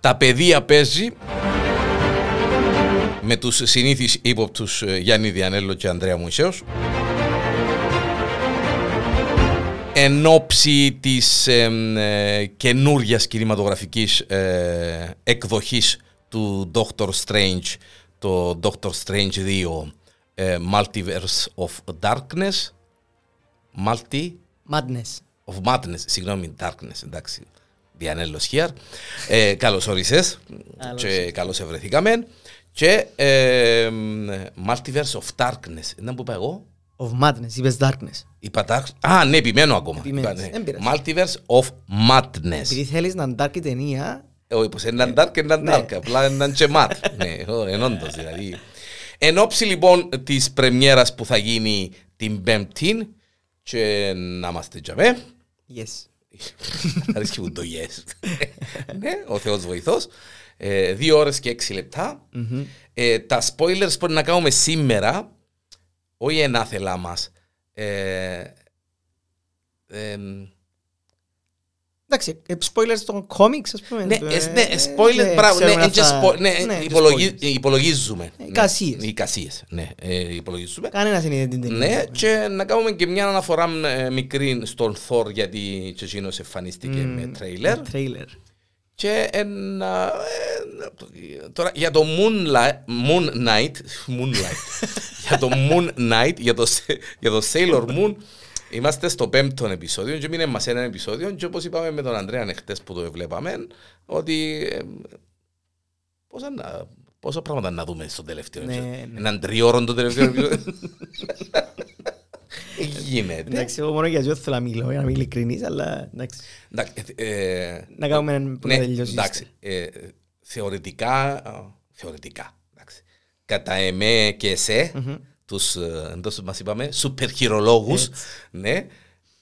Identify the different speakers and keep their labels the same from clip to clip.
Speaker 1: τα παιδεία παίζει με τους συνήθεις ύποπτους ε, Γιάννη Διανέλο και Ανδρέα Μουησέως εν ώψη της εμ, ε, καινούριας κινηματογραφικής ε, εκδοχής του Doctor Strange, το Doctor Strange 2 ε, Multiverse of Darkness, Multi
Speaker 2: Madness.
Speaker 1: of Madness, συγγνώμη, Darkness, εντάξει. Διανέλο Χιάρ. Ε, καλώς όρισες.
Speaker 2: Καλώς
Speaker 1: και
Speaker 2: ήρθες.
Speaker 1: καλώ ευρεθήκαμε. Και ε, μ, Multiverse of Darkness. Δεν που είπα εγώ.
Speaker 2: Of Madness, είπες Darkness.
Speaker 1: Είπα Dark. Α, ναι, επιμένω ακόμα.
Speaker 2: Επιμένεις.
Speaker 1: Είπα, ναι.
Speaker 2: Δεν πειράζει.
Speaker 1: Multiverse of
Speaker 2: Επειδή
Speaker 1: Madness. Ε,
Speaker 2: θέλεις να είναι dark η ταινία,
Speaker 1: Όχι, πως έναν dark και έναν
Speaker 2: Ναι.
Speaker 1: dark. Απλά έναν και mat. Ναι, ω, εν όντως, δηλαδή. Εν ώψη λοιπόν της πρεμιέρας που θα γίνει την Πέμπτη, και να είμαστε τζαμέ.
Speaker 2: yes.
Speaker 1: Αρέσκει μου το yes. ναι, ο Θεός βοηθός. Ε, δύο ώρες και έξι λεπτά. Ε, τα spoilers που να κάνουμε σήμερα, όχι ενάθελά μας, ε, εμ,
Speaker 2: Εντάξει, ε, spoilers των comics, ας πούμε.
Speaker 1: ναι,
Speaker 2: το-
Speaker 1: ε, ναι,
Speaker 2: ε,
Speaker 1: spoilers, μπράβο, ναι,
Speaker 2: ξέρουμε
Speaker 1: εν και
Speaker 2: αυτά.
Speaker 1: spo- ναι,
Speaker 2: Ναι, και
Speaker 1: υπολογι-
Speaker 2: spoilers.
Speaker 1: υπολογίζουμε.
Speaker 2: Ε,
Speaker 1: Ναι,
Speaker 2: εικασίες.
Speaker 1: οι εικασίες, ναι, ε, υπολογίζουμε.
Speaker 2: Κανένας είναι την ταινία.
Speaker 1: Ναι, και να κάνουμε και μια αναφορά ε, μικρή στον Θόρ, γιατί και εκείνος εμφανίστηκε
Speaker 2: Μμμ,
Speaker 1: με τρέιλερ.
Speaker 2: Mm,
Speaker 1: Ναι.
Speaker 2: με τρέιλερ.
Speaker 1: Και ένα, ε, τώρα για το Moonlight, Moon Knight, Moonlight, για το Moon Knight, για το, σε- για το Sailor Moon, είμαστε στο πέμπτο επεισόδιο και μείνε μας ένα επεισόδιο και όπως είπαμε με τον Ανδρέα νεχτές που το βλέπαμε, ότι ε, πόσα, να- πόσα πράγματα να δούμε στο τελευταίο
Speaker 2: Ναι,
Speaker 1: επεισόδιο.
Speaker 2: ναι.
Speaker 1: Έναν τριώρο το τελευταίο επεισόδιο. Γίνεται.
Speaker 2: Εντάξει, εγώ μόνο για ζώο θέλω να μιλώ, για να είμαι ειλικρινής, αλλά εντάξει.
Speaker 1: Εντάξει, ε,
Speaker 2: Να κάνουμε έναν που να
Speaker 1: Ναι,
Speaker 2: τελειώσεις.
Speaker 1: εντάξει. Ε, θεωρητικά, α, θεωρητικά, εντάξει. Κατά εμέ και εσέ, τους, ε, εντός μας είπαμε, σούπερ χειρολόγους,
Speaker 2: Έτσι.
Speaker 1: ναι,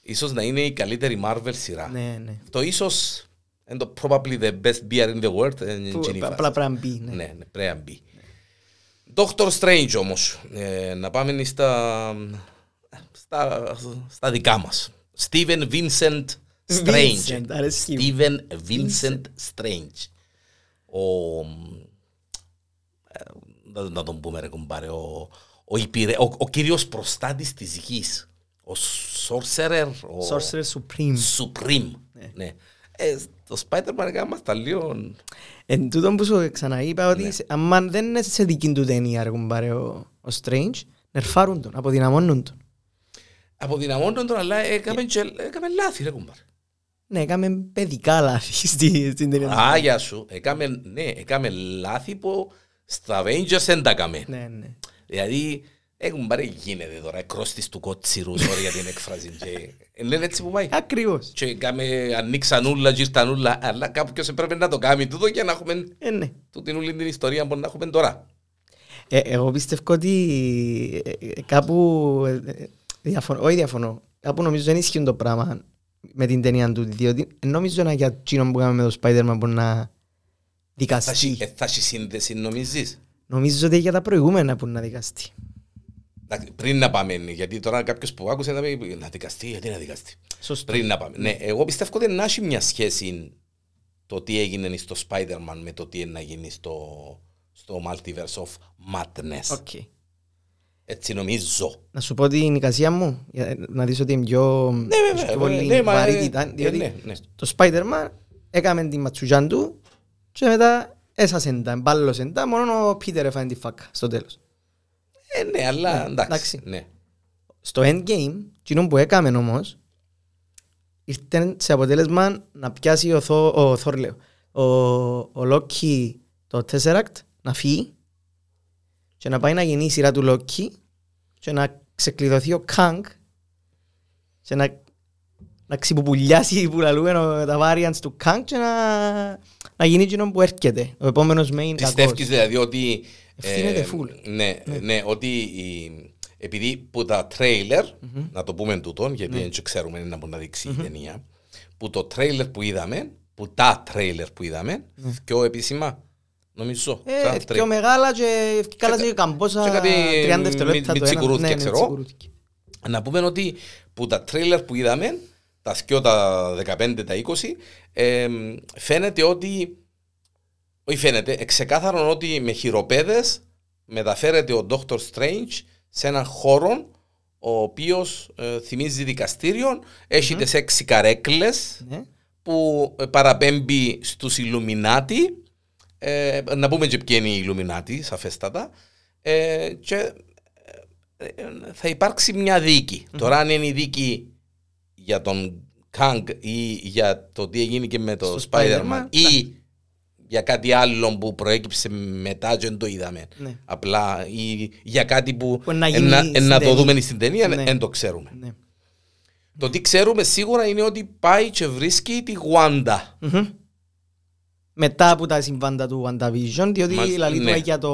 Speaker 1: ίσως να είναι η καλύτερη Marvel σειρά.
Speaker 2: Ναι, ναι.
Speaker 1: Το ίσως, είναι το probably the best beer in the world, ε, είναι
Speaker 2: Που-
Speaker 1: εκείνη η φάση.
Speaker 2: Απλά πρέπει να μπει. ναι.
Speaker 1: Ναι, ναι, πρέπει να μπει. Doctor Strange όμως, ε, να πάμε στα, στα, στα δικά μας. Steven Vincent Strange.
Speaker 2: Vincent, αρέσκει μου.
Speaker 1: Steven Vincent Strange. mm, Ο, ε, να, να τον πούμε ρε κουμπάρε, ο, ο, υπηρε, ο, ο κύριος προστάτης της γης. Ο Sorcerer, ο
Speaker 2: Sorcerer Supreme.
Speaker 1: Supreme. Ναι. Ε, το Spider-Man έκανα μας τα λίγο...
Speaker 2: Εν τούτον που σου ξαναείπα
Speaker 1: Ναι.
Speaker 2: ότι σε- άμα δεν είναι σε δική του ταινία ρε κουμπάρε ο ο Strange, νερφάρουν τον, αποδυναμώνουν τον.
Speaker 1: Αποδυναμώνουν τον, αλλά έκαμε, και- έκαμε λάθη ρε κουμπάρε.
Speaker 2: Ναι, έκαμε παιδικά λάθη στη- στην ταινία. του.
Speaker 1: Άγια σου, έκαμε, ναι, έκαμε λάθη που στα Avengers δεν τα έκαμε.
Speaker 2: Ναι, ναι.
Speaker 1: Δηλαδή, έχουν πάρει γίνεται τώρα, κρόστης του κότσιρου, sorry για την έκφραση. και- Ε, Λένε έτσι που πάει.
Speaker 2: Ακριβώς.
Speaker 1: Και κάμε, ανοίξαν ούλα, γύρταν ούλα, αλλά κάποιος έπρεπε να το κάνει τούτο για να έχουμε
Speaker 2: Ε, ναι.
Speaker 1: τούτην όλη την ιστορία που να έχουμε τώρα.
Speaker 2: Ε, εγώ πιστεύω ότι ε, ε, κάπου ε, ε, διαφωνώ, όχι διαφωνώ, κάπου νομίζω δεν ισχύουν το πράγμα με την ταινία του, διότι νομίζω να για εκείνον που κάναμε με το Spider-Man μπορεί να
Speaker 1: Θα έχει-
Speaker 2: δικαστεί.
Speaker 1: ε, Θα έχει σύνδεση νομίζεις.
Speaker 2: Νομίζω ότι για τα προηγούμενα που να δικαστεί.
Speaker 1: Εντάξει, Πριν να πάμε, γιατί τώρα κάποιος που άκουσε να πει να δικαστεί, γιατί να δικαστεί.
Speaker 2: Σωστό.
Speaker 1: Πριν να πάμε. Ναι, εγώ πιστεύω ότι να έχει μια σχέση το τι έγινε στο Spider-Man με το τι είναι να γίνει στο, στο Multiverse of Madness.
Speaker 2: Οκ.
Speaker 1: Έτσι νομίζω.
Speaker 2: Να σου πω την οικασία μου, για να δεις ότι είναι πιο,
Speaker 1: βέβαια,
Speaker 2: έχει πιο
Speaker 1: βέβαια.
Speaker 2: πολύ
Speaker 1: Ναι, μα,
Speaker 2: βαρύτητα,
Speaker 1: ε, ε,
Speaker 2: διότι
Speaker 1: ναι, ναι.
Speaker 2: το Spider-Man έκαμε την ματσουγιάν του και μετά έσασε τα, εμπάλλωσε τα, μόνο ο Peter έφανε τη φάκα στο τέλος.
Speaker 1: Ε, ναι, αλλά
Speaker 2: Ναι,
Speaker 1: εντάξει.
Speaker 2: εντάξει.
Speaker 1: Ναι.
Speaker 2: στο endgame, εκείνο που έκαμε όμω, ήρθε σε αποτέλεσμα να πιάσει ο, Θο, ο Θόρ, λέω, ο, ο Λόκι το Tesseract να φύγει και να πάει να γίνει η σειρά του Λόκι και να ξεκλειδωθεί ο Κανκ και να, να ξυποπουλιάσει που λαλούμε ο- τα variants του Κανκ και να, να γίνει εκείνο που έρχεται, ο επόμενος main
Speaker 1: Πιστεύεις
Speaker 2: κακός.
Speaker 1: δηλαδή ότι...
Speaker 2: Ευθύνεται full.
Speaker 1: Ναι, ναι, ότι η- επειδή που τα τρέιλερ, να το πούμε τούτον, γιατί δεν ξέρουμε να μπορεί να δείξει η ταινία, που το τρέιλερ που είδαμε, που τα τρέιλερ που είδαμε, πιο επίσημα, νομίζω. σαν
Speaker 2: Ε,
Speaker 1: τρέιλερ.
Speaker 2: πιο μεγάλα και κάλασε και καμπόσα
Speaker 1: και κάτι
Speaker 2: 30
Speaker 1: μι-
Speaker 2: δευτερόλεπτα το ένα.
Speaker 1: μιτσικουρούθκια,
Speaker 2: Ναι,
Speaker 1: ξέρω.
Speaker 2: μιτσικουρούθκια.
Speaker 1: Να πούμε ότι που τα τρέιλερ που είδαμε, τα σκιό τα 15, τα 20, εμ, φαίνεται ότι Όχι φαίνεται, ε, ξεκάθαρον ότι με χειροπέδες μεταφέρεται ο Dr. Strange σε έναν χώρο ο οποίος ε, θυμίζει δικαστήριο, έχει τις έξι καρέκλες
Speaker 2: Ναι.
Speaker 1: που ε, παραπέμπει στους Ιλουμινάτι. Ε, να πούμε και ποιοι είναι οι Ιλουμινάτι, σαφέστατα. Ε, και ε, ε, θα υπάρξει μια δίκη. Τώρα αν είναι η δίκη για τον Κάγκ ή για το τι έγινε και με το
Speaker 2: Στο
Speaker 1: Spider-Man
Speaker 2: Spider-Man, ναι.
Speaker 1: ή για κάτι άλλο που προέκυψε μετά και δεν το είδαμε.
Speaker 2: Ναι.
Speaker 1: Απλά ή για κάτι που,
Speaker 2: Που να
Speaker 1: ε,
Speaker 2: γίνει
Speaker 1: να-
Speaker 2: στην
Speaker 1: ε, να το
Speaker 2: ταινία.
Speaker 1: δούμε στην ταινία
Speaker 2: Ναι.
Speaker 1: δεν το ξέρουμε.
Speaker 2: ναι.
Speaker 1: Το τι ξέρουμε σίγουρα είναι ότι πάει και βρίσκει τη Γουάντα.
Speaker 2: Μμμ. Μετά από τα συμβάντα του WandaVision, διότι
Speaker 1: Μάλιστα,
Speaker 2: η λαλή του
Speaker 1: ναι.
Speaker 2: για το...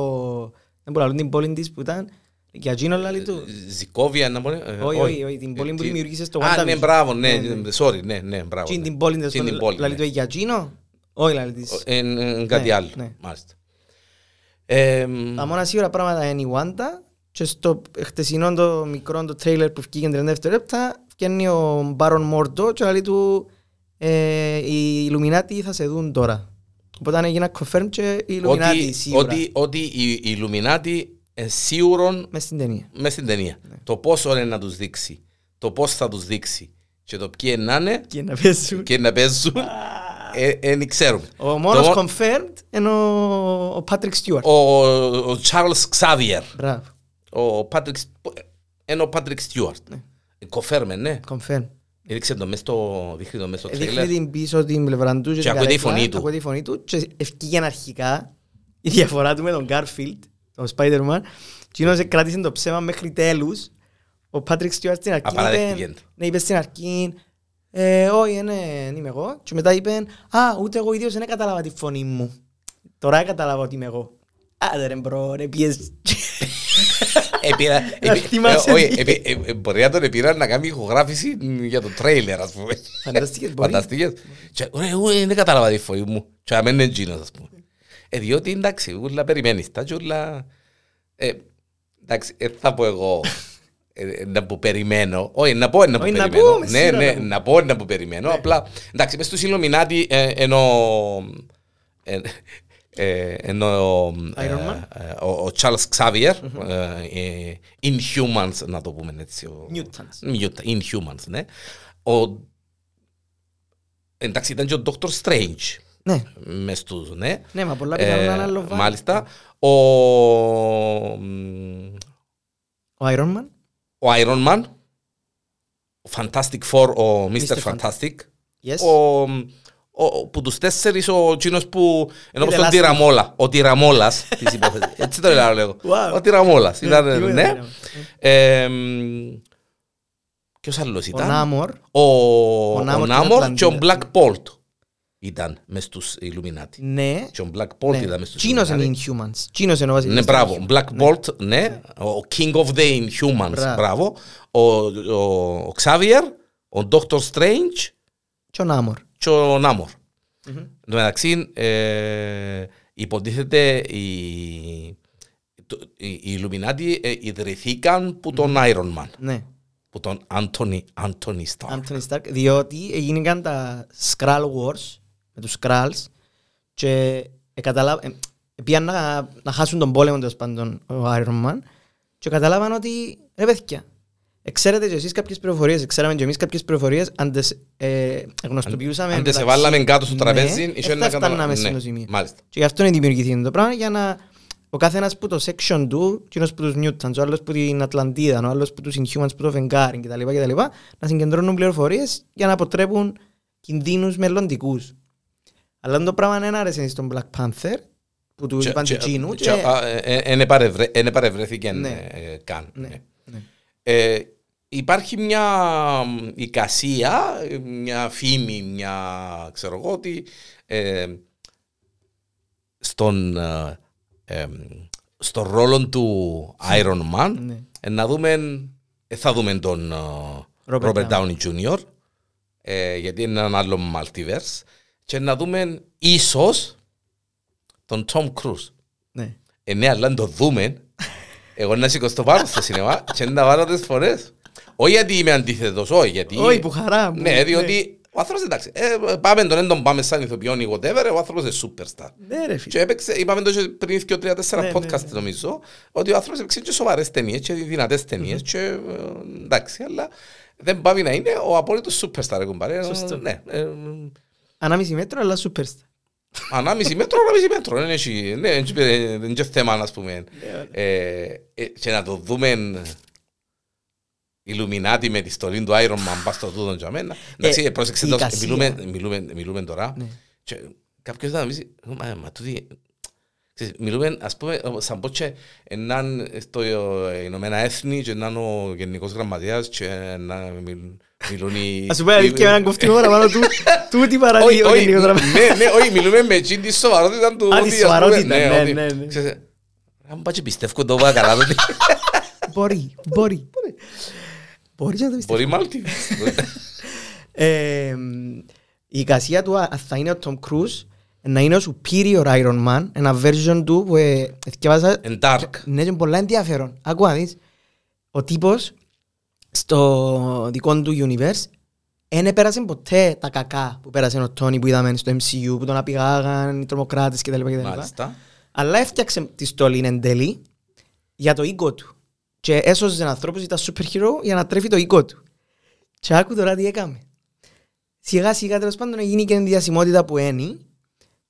Speaker 2: Δεν μπορώ να λέω την πόλη της που ήταν, για εκείνο λαλή
Speaker 1: Ε,
Speaker 2: του.
Speaker 1: Ζικόβια να μπορεί. ε,
Speaker 2: Όχι, όχι, όχι, την πόλη που
Speaker 1: τι-
Speaker 2: δημιουργήσε στο
Speaker 1: Α, ναι,
Speaker 2: WandaVision.
Speaker 1: μπράβο, ναι,
Speaker 2: Ναι, ναι.
Speaker 1: sorry, ναι, ναι, μπράβο.
Speaker 2: Εκείνη
Speaker 1: ναι.
Speaker 2: την πόλη της,
Speaker 1: Εκείνη την πόλη,
Speaker 2: λαλή του
Speaker 1: ναι.
Speaker 2: για εκείνο. Όχι λαλή της.
Speaker 1: Ε, ε, ε, Κάτι
Speaker 2: Ναι,
Speaker 1: άλλο,
Speaker 2: ναι.
Speaker 1: μάλιστα. Ε, μ,
Speaker 2: Τα μόνα σίγουρα πράγματα είναι η Wanda και στο χτεσινό το μικρό το τρέιλερ που βγήκε 30 λεπτά βγαίνει ο Μπάρον Μόρτο και λέει του ε, οι Illuminati θα σε δουν τώρα. Οπότε έγινε confirm και οι Illuminati
Speaker 1: Ότι,
Speaker 2: σίγουρα Ναι.
Speaker 1: ότι, ότι οι, οι Ιλουμινάτι ε, σίγουρον
Speaker 2: μες στην ταινία.
Speaker 1: μέσα στην ταινία.
Speaker 2: Ναι.
Speaker 1: Το πόσο είναι να τους δείξει, το πώς θα τους δείξει και το ποιοι να είναι
Speaker 2: Και να πέσουν.
Speaker 1: και να παίζουν, δεν ξέρουμε.
Speaker 2: Ο μόνος
Speaker 1: Το μο-
Speaker 2: confirmed είναι ο- ο Patrick Stewart.
Speaker 1: Ο, ο Charles Xavier,
Speaker 2: Μπράβο,
Speaker 1: ο Patrick, ε, ενώ ο Patrick Stewart.
Speaker 2: Ναι.
Speaker 1: Κοφέρμε, ναι.
Speaker 2: confirm.
Speaker 1: Έδειξε το μέσα στο, δείχνει το μέσα στο
Speaker 2: Ε, Δείχνει
Speaker 1: τρέιλερ.
Speaker 2: την πίσω την πλευρά του
Speaker 1: Και
Speaker 2: την
Speaker 1: ακούει τη
Speaker 2: καρέκλα,
Speaker 1: φωνή του.
Speaker 2: Ακούει τη φωνή του και ευκήγεν αρχικά η διαφορά του με τον Garfield, τον Spider-Man. Κοινός κράτησε το ψέμα μέχρι τέλους. Ο Patrick Stewart στην αρχή
Speaker 1: Απαραδεκτήκεν
Speaker 2: είπε-
Speaker 1: το.
Speaker 2: ναι, είπε στην αρχή «Ε, όχι, ναι, δεν είμαι εγώ. Και μετά είπε «Α, ούτε εγώ ίδιος δεν κατάλαβα τη φωνή μου. Τώρα κατάλαβα ότι είμαι εγώ». Άντε ρε μπρο, ρε πιες.
Speaker 1: Επήρα-
Speaker 2: Να
Speaker 1: επί-
Speaker 2: θυμάσαι
Speaker 1: ε, όχι,
Speaker 2: τι.
Speaker 1: επί- ε, ε, Μπορεί να τον επήραν να κάνει ηχογράφηση μ, για το τρέιλερ, ας πούμε.
Speaker 2: Φανταστήκες, μπορεί.
Speaker 1: Φανταστήκες. Και, «Ρε, εγώ δεν κατάλαβα τη φωνή μου. Και να μένει εγγύνος, ας πούμε. Ε, διότι, εντάξει, ούλα περιμένεις τα και ούλα... Ε, εντάξει, ε, θα πω εγώ ε, ε, να που περιμένω. Όχι, να πω ε, να που
Speaker 2: Όχι, να
Speaker 1: περιμένω.
Speaker 2: πούμε,
Speaker 1: Ναι,
Speaker 2: σίγουρα
Speaker 1: ναι,
Speaker 2: να Ναι. πούμε.
Speaker 1: να πω ε, να που περιμένω. Απλά, εντάξει, μες στους Ιλουμινάτι ε, ενώ... ε, ε, ενώ
Speaker 2: Iron
Speaker 1: ε,
Speaker 2: Man.
Speaker 1: ε, ο, ο Charles Xavier, ε, ε, Inhumans, να το πούμε έτσι. ο-
Speaker 2: Newtons.
Speaker 1: Newt- Inhumans, ναι. Ο, εντάξει, ήταν και ο Dr. Strange
Speaker 2: Ναι,
Speaker 1: μες τους, ναι.
Speaker 2: ναι, μα πολλά
Speaker 1: Ε,
Speaker 2: πιθανόν άλλο βάρος.
Speaker 1: μάλιστα. Ο, μ,
Speaker 2: Ο Iron Man.
Speaker 1: ο Iron Man, ο Fantastic Four, ο Mr.
Speaker 2: Mr.
Speaker 1: Fantastic,
Speaker 2: Yes.
Speaker 1: ο, ο- ο- που τους τέσσερις ο τσίνος που ενώ
Speaker 2: Είναι
Speaker 1: πως τον
Speaker 2: ελάστικος.
Speaker 1: Τυραμόλα ο Τυραμόλας της υπόθεσης έτσι το λέω λέγω
Speaker 2: Wow.
Speaker 1: ο Τυραμόλας
Speaker 2: Ναι,
Speaker 1: ήταν
Speaker 2: τι
Speaker 1: ναι
Speaker 2: ωραία.
Speaker 1: Ε, μ, ποιος άλλος
Speaker 2: Ο
Speaker 1: ήταν
Speaker 2: Namor.
Speaker 1: ο,
Speaker 2: Ο
Speaker 1: ο
Speaker 2: Νάμορ και
Speaker 1: Νάμορ
Speaker 2: ο
Speaker 1: και ο Black
Speaker 2: Πλαντήρας.
Speaker 1: Bolt ήταν μες στους Illuminati
Speaker 2: Ναι.
Speaker 1: και ο Black Bolt
Speaker 2: Ναι.
Speaker 1: ήταν μες στους
Speaker 2: Τσίνος
Speaker 1: Illuminati.
Speaker 2: είναι Inhumans. Τσίνος είναι ο βασιλιάς.
Speaker 1: Ναι, μπράβο.
Speaker 2: των Inhumans.
Speaker 1: Black Bolt, ναι. Ο King of the Inhumans,
Speaker 2: Μπράβο.
Speaker 1: μπράβο. Ο, ο, ο Xavier, ο Doctor Strange
Speaker 2: Και ο Νάμορ.
Speaker 1: και ο Namor.
Speaker 2: Μμμ.
Speaker 1: Εν τω μεταξύ, ε, υποτίθεται οι, το- οι, οι Illuminati ε, ιδρυθήκαν που τον Iron Man,
Speaker 2: Ναι.
Speaker 1: που τον Anthony, Anthony Starr.
Speaker 2: Anthony Stark. Διότι έγιναν τα Skrull Wars με τους Skrulls και καταλάβαν πήγαν να, να χάσουν τον πόλεμο τέλος πάντων ο Iron Man και καταλάβαν ότι ρε παιδιά ε, ξέρετε και εσείς κάποιες πληροφορίες, ε, ξέραμε και εμείς κάποιες πληροφορίες αν τις ε, γνωστοποιούσαμε
Speaker 1: Αν δεν σε
Speaker 2: μεταξύ-
Speaker 1: βάλαμε κάτω στο
Speaker 2: Ναι,
Speaker 1: τραπέζι,
Speaker 2: ε,
Speaker 1: είχε
Speaker 2: θα
Speaker 1: να
Speaker 2: φτάναμε
Speaker 1: καταλάβει.
Speaker 2: σε
Speaker 1: Ναι,
Speaker 2: ένα σημείο.
Speaker 1: Μάλιστα.
Speaker 2: Και γι' αυτό είναι δημιουργηθεί το πράγμα για να ο κάθε ένας που το section του, κοινός που τους Newtons, ο άλλος που την Ατλαντίδα, ο άλλος που τους Inhumans, που το Βενγκάριν κτλ. κτλ να συγκεντρώνουν πληροφορίες για να αποτρέπουν κινδύνους μελλοντικούς. Αλλά το πράγμα δεν άρεσε στον Black Panther που του
Speaker 1: Και-
Speaker 2: είπαν του
Speaker 1: και-
Speaker 2: Τζίνου
Speaker 1: και-
Speaker 2: και...
Speaker 1: α, ε, ε, εν επαρευρε- εν επαρευρέθηκε
Speaker 2: Ναι.
Speaker 1: ε, καν.
Speaker 2: Ναι,
Speaker 1: ναι.
Speaker 2: ναι.
Speaker 1: Ε, υπάρχει μια μ, εικασία, ε, μια φήμη, μια ξέρω εγώ ότι ε, στον, ε, ε, στον ρόλο του Iron Man
Speaker 2: Ναι.
Speaker 1: ε, να δούμε, ε, θα δούμε τον ε,
Speaker 2: Robert
Speaker 1: Robert
Speaker 2: Downey.
Speaker 1: Downey Jr. ε, γιατί είναι ένα άλλο multiverse και να δούμε ίσως τον Tom Cruise.
Speaker 2: Ναι.
Speaker 1: Ε, ναι, αλλά αν το δούμε, εγώ να σηκωστώ πάνω στο σινεμά και να βάλω τις φορές. Όχι γιατί είμαι αντίθετος, όχι γιατί...
Speaker 2: Όχι, που χαρά. που-
Speaker 1: Ναι, διότι Ο άνθρωπος εντάξει, ε, πάμε τον έντον πάμε σαν ηθοποιόν ή whatever, ο άνθρωπος είναι superstar.
Speaker 2: Ναι ρε
Speaker 1: Και
Speaker 2: φίλε.
Speaker 1: έπαιξε, είπαμε το και πριν και τρία-τέσσερα
Speaker 2: Ναι, ναι,
Speaker 1: podcast
Speaker 2: ναι.
Speaker 1: νομίζω, ότι ο άνθρωπος έπαιξε και σοβαρές ταινίες και δυνατές ταινίες και ε, εντάξει, αλλά δεν πάει να είναι ο απόλυτος superstar, κουμπάρε.
Speaker 2: Σωστό.
Speaker 1: Ναι, ε,
Speaker 2: Ανάμιση μέτρο αλλά superstar.
Speaker 1: ανάμιση μέτρο, ανάμιση μέτρο, δεν έχει- ναι, δεν έχει- δεν έχει θέμα, ας πούμε. Ε, ε, και να το δούμε Ιλουμινάτη με τη στολή του Iron Man πας στο τούτον για μένα. Εντάξει,
Speaker 2: Ε,
Speaker 1: πρόσεξε
Speaker 2: η
Speaker 1: το,
Speaker 2: εικασία.
Speaker 1: μιλούμε, μιλούμε, μιλούμε τώρα
Speaker 2: Ναι.
Speaker 1: και κάποιος θα νομίζει, μα, μα τούτη, ξέρεις, μιλούμε ας πούμε ο- σαν πω και έναν στο Ηνωμένα Έθνη και έναν ο Γενικός Γραμματέας και να μιλ- μιλούν οι...
Speaker 2: Ας σου πω αλήθεια
Speaker 1: ε,
Speaker 2: με έναν κοφτή ώρα πάνω του, τούτη
Speaker 1: Όχι,
Speaker 2: παραλύει ο
Speaker 1: όχι,
Speaker 2: γενικός
Speaker 1: ναι,
Speaker 2: δραματής.
Speaker 1: ναι, όχι, μιλούμε με εκείνη της σοβαρότητας του.
Speaker 2: Α,
Speaker 1: ότι,
Speaker 2: τη
Speaker 1: ας πούμε,
Speaker 2: σοβαρότητας, ναι,
Speaker 1: ότι,
Speaker 2: ναι, ναι.
Speaker 1: ξέρεις, Αν πάω και πιστεύω το πάω καλά, τότε
Speaker 2: Μπορεί, μπορεί. Μπορείς να το πιστεύεις.
Speaker 1: μπορεί μάλλον.
Speaker 2: Ε, μ, Η εικασία του α, θα είναι ο Τόμ Κρούζ να είναι ο superior Iron Man, ένα version του που ε, εθιέβασα
Speaker 1: Εν dark.
Speaker 2: Ναι, είναι πολλά ενδιαφέρον. Ακούω να δεις. Ο τύπος στο δικό του universe δεν πέρασε ποτέ τα κακά που πέρασε ο Τόνι που είδαμε στο MCU, που τον απηγάγαν οι τρομοκράτες κτλ. κτλ.
Speaker 1: Μάλιστα.
Speaker 2: Αλλά έφτιαξε τη στολή εν τέλει για το οίκο του. Και έσωσε ανθρώπους ήταν super hero για να τρέφει το οίκο του. Και άκου τώρα τι έκαμε. Σιγά σιγά τέλος πάντων έγινε και η διασημότητα που ένι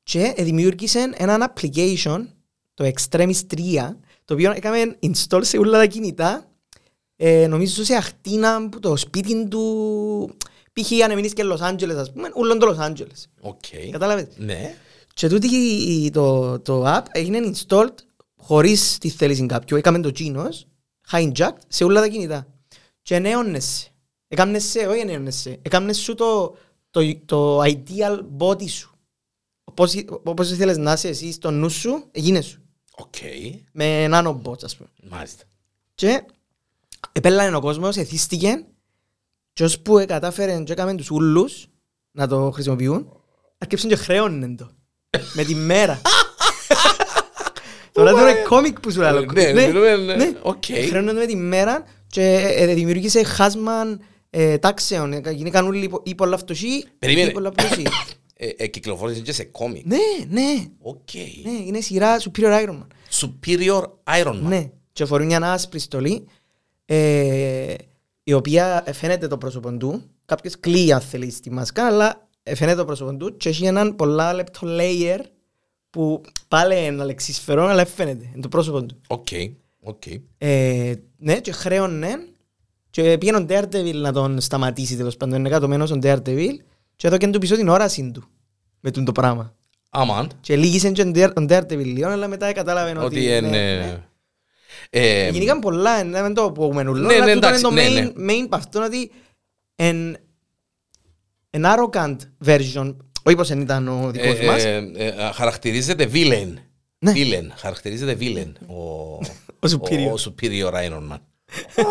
Speaker 2: και δημιούργησε ένα application, το Extremis 3, το οποίο έκαμε install σε όλα τα κινητά. Ε, νομίζω σε αχτίνα που το σπίτι του... Π.χ. αν μείνεις και Λος Άντζελες ας πούμε, ούλον το Λος Άντζελες.
Speaker 1: Οκ.
Speaker 2: Κατάλαβες.
Speaker 1: Ναι.
Speaker 2: Και τούτη η- η- το, το app έγινε installed χωρίς τη θέληση κάποιου. Έκαμε το κίνος, hijacked, σε όλα τα κινητά. Και ενέωνεσαι. Έκαμνεσαι, όχι ενέωνεσαι. Έκαμνες σου το, το, το ideal body σου. Όπως, όπως ήθελες να είσαι εσύ στο νου σου, έγινε σου.
Speaker 1: Οκ.
Speaker 2: Με nanobots ας πούμε.
Speaker 1: Μάλιστα.
Speaker 2: Και επέλανε ο κόσμος, εθίστηκε και ώσπου κατάφερε και έκαμε τους ούλους να το χρησιμοποιούν αρκεψαν και χρέωνεν το με τη μέρα. Τώρα τώρα είναι κόμικ που σου λέω.
Speaker 1: Ναι, μιλούμε, ναι. Οκ.
Speaker 2: Χρέωνεν το με τη μέρα και ε, ε, δημιούργησε χάσμα ε, τάξεων. Ε, Γίνηκαν όλοι υπο- ή πολλά φτωχοί
Speaker 1: Περίμενε.
Speaker 2: ή πολλά πλούσιοι.
Speaker 1: Ε, ε, Κυκλοφόρησε και σε κόμικ.
Speaker 2: Ναι, ναι,
Speaker 1: Οκ.
Speaker 2: ναι. Είναι σειρά Superior Iron Man.
Speaker 1: Superior Iron Man.
Speaker 2: Ναι, και φορεί μια άσπρη στολή, ε, η οποία φαίνεται το πρόσωπο του. Κάποιο κλείει αν θέλεις στη μάσκα, αλλά φαίνεται το πρόσωπο του και έχει έναν πολλά λεπτό layer που πάλι είναι αλεξίσφαιρο, αλλά φαίνεται, είναι το πρόσωπο του.
Speaker 1: Οκ. Οκ.
Speaker 2: Ε, ναι, και χρέωνε. Και πήγαινε ο Daredevil να τον σταματήσει τέλος πάντων. Είναι κατωμένος ο Daredevil και έδωκε του πίσω την όραση του με τούτο το πράγμα.
Speaker 1: Αμάν.
Speaker 2: Και λίγησε και ο Dare- ο Daredevil λίγο, αλλά μετά κατάλαβε ότι...
Speaker 1: Ότι
Speaker 2: ναι,
Speaker 1: είναι... ε,
Speaker 2: Γενικά πολλά, να μην το πούμε ουλό,
Speaker 1: Ναι, ναι,
Speaker 2: αλλά τούτο είναι
Speaker 1: εντάξει,
Speaker 2: το
Speaker 1: ναι,
Speaker 2: main, main π' αυτόν ότι εν, an arrogant version, όχι πως εν ήταν ο
Speaker 1: ε,
Speaker 2: δικός μας,
Speaker 1: ε, ε, α, Χαρακτηρίζεται villain.
Speaker 2: Ναι.
Speaker 1: Villain. Χαρακτηρίζεται villain. Ο
Speaker 2: Ο superior.
Speaker 1: ο- ο superior Iron Man.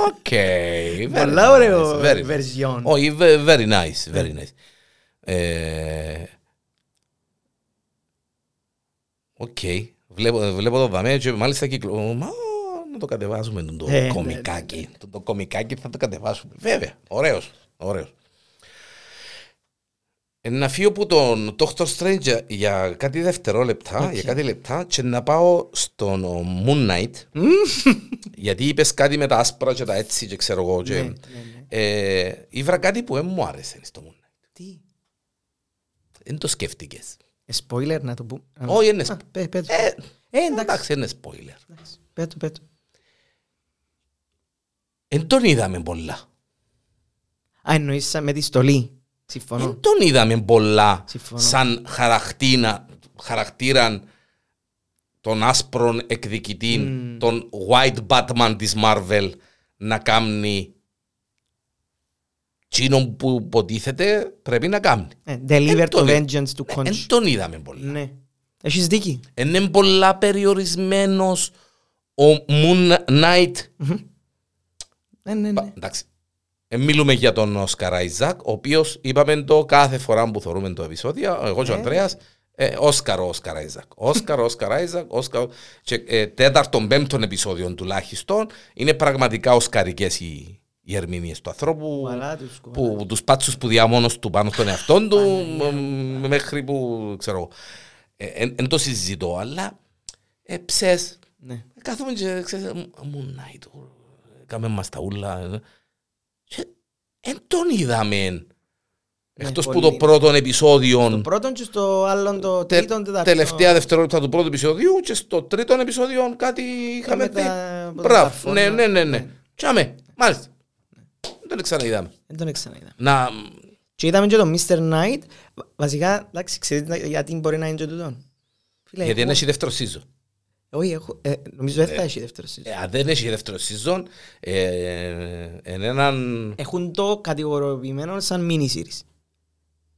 Speaker 1: Οκ. Very
Speaker 2: πολλά
Speaker 1: nice,
Speaker 2: ωραίο
Speaker 1: very nice.
Speaker 2: version.
Speaker 1: Όχι, ve- very nice,
Speaker 2: Ναι.
Speaker 1: very nice. Ε, Οκ, βλέπω, βλέπω το δαμέ και μάλιστα κυκλο... Μα, να το κατεβάσουμε το, το
Speaker 2: Ε, ναι,
Speaker 1: κομικάκι. Το, το κομικάκι θα το κατεβάσουμε. Βέβαια, ωραίος, ωραίος. Ε, Να φύγω που τον Dr. Strange για- για κάτι δευτερόλεπτα,
Speaker 2: Οκ.
Speaker 1: για κάτι λεπτά και να πάω στον ο, Moon Knight γιατί είπες κάτι με τα άσπρα και τα έτσι και ξέρω εγώ
Speaker 2: Ναι,
Speaker 1: και
Speaker 2: ναι, ναι.
Speaker 1: ε, ήβρα κάτι που δεν μου άρεσε στο Moon Knight.
Speaker 2: Τι,
Speaker 1: Δεν το σκέφτηκες.
Speaker 2: ε, spoiler να το πούμε.
Speaker 1: Όχι, είναι
Speaker 2: Α,
Speaker 1: σ-
Speaker 2: πέ- πέτω.
Speaker 1: Ε,
Speaker 2: Ε, εντάξει,
Speaker 1: εντάξει, είναι spoiler.
Speaker 2: εντάξει, πέτω, πέτω.
Speaker 1: Δεν τον είδαμε πολλά.
Speaker 2: Α, εννοείς σαν με τη στολή, συμφωνώ.
Speaker 1: Δεν τον είδαμε πολλά
Speaker 2: Συμφωνώ.
Speaker 1: σαν χαρακτήρα, χαρακτήραν των άσπρων εκδικητή,
Speaker 2: Μμμ.
Speaker 1: τον white Batman της Marvel να κάνει τσίνο που υποτίθεται πρέπει να κάνει.
Speaker 2: Ε, Deliver
Speaker 1: Εν το
Speaker 2: to
Speaker 1: δι-
Speaker 2: vengeance του
Speaker 1: Δεν
Speaker 2: Conch.
Speaker 1: τον είδαμε πολλά.
Speaker 2: Ναι, έχεις δίκη.
Speaker 1: Είναι πολλά περιορισμένος ο Moon Knight
Speaker 2: Ναι, ναι,
Speaker 1: Πα-
Speaker 2: ναι.
Speaker 1: Εντάξει. Ε, μιλούμε για τον Όσκαρ Αϊζάκ, ο οποίος είπαμε το κάθε φορά που θεωρούμε το επεισόδιο, εγώ και ο
Speaker 2: Ε.
Speaker 1: Ανδρέας, ε, Όσκαρ ο Όσκαρ Αϊζάκ. Όσκαρ ο Όσκαρ Αϊζάκ, Όσκαρ. Και ε, τέταρτον, πέμπτον επεισόδιο τουλάχιστον είναι πραγματικά οσκαρικές οι, οι ερμηνείες του ανθρώπου,
Speaker 2: Μαλά τους κουβαλά.
Speaker 1: που, τους πάτσους που διά μόνος του πάνω στον εαυτό του, μ, μέχρι που, ξέρω, εγώ. Ε, εν, εν το συζητώ, αλλά ε, ψες,
Speaker 2: Ναι.
Speaker 1: κάθομαι και ξέρεις, μου να το, κάμε μας τα ούλα. ε. Και εν τον είδαμε, εκτός που
Speaker 2: πολύ.
Speaker 1: το πρώτο επεισόδιο,
Speaker 2: Πρώτον και στο άλλον το
Speaker 1: τε,
Speaker 2: τρίτον τετάρτον.
Speaker 1: τελευταία δευτερόλεπτα του πρώτου επεισοδίου και στο τρίτο επεισόδιο κάτι είχαμε
Speaker 2: μετά
Speaker 1: δει.
Speaker 2: από τα
Speaker 1: Μπράβο,
Speaker 2: ταρφόρνα.
Speaker 1: ναι, ναι, ναι, ναι.
Speaker 2: Ναι.
Speaker 1: Τσάμε, μάλιστα. Δεν ξαναείδαμε.
Speaker 2: Δεν τον ξαναείδα.
Speaker 1: Να,
Speaker 2: Και είδαμε και το Mr. Knight. Βα- Βασικά, εντάξει, ξέρετε γιατί μπορεί να είναι και τούτον. Φίλε,
Speaker 1: γιατί δεν
Speaker 2: έχω-
Speaker 1: έχει δεύτερο season.
Speaker 2: Όχι, έχω- ε, νομίζω δεν θα έχει δεύτερο season.
Speaker 1: Ε, Αν δεν έχει δεύτερο season, ε, εν έναν...
Speaker 2: Έχουν το κατηγοροποιημένο σαν mini series.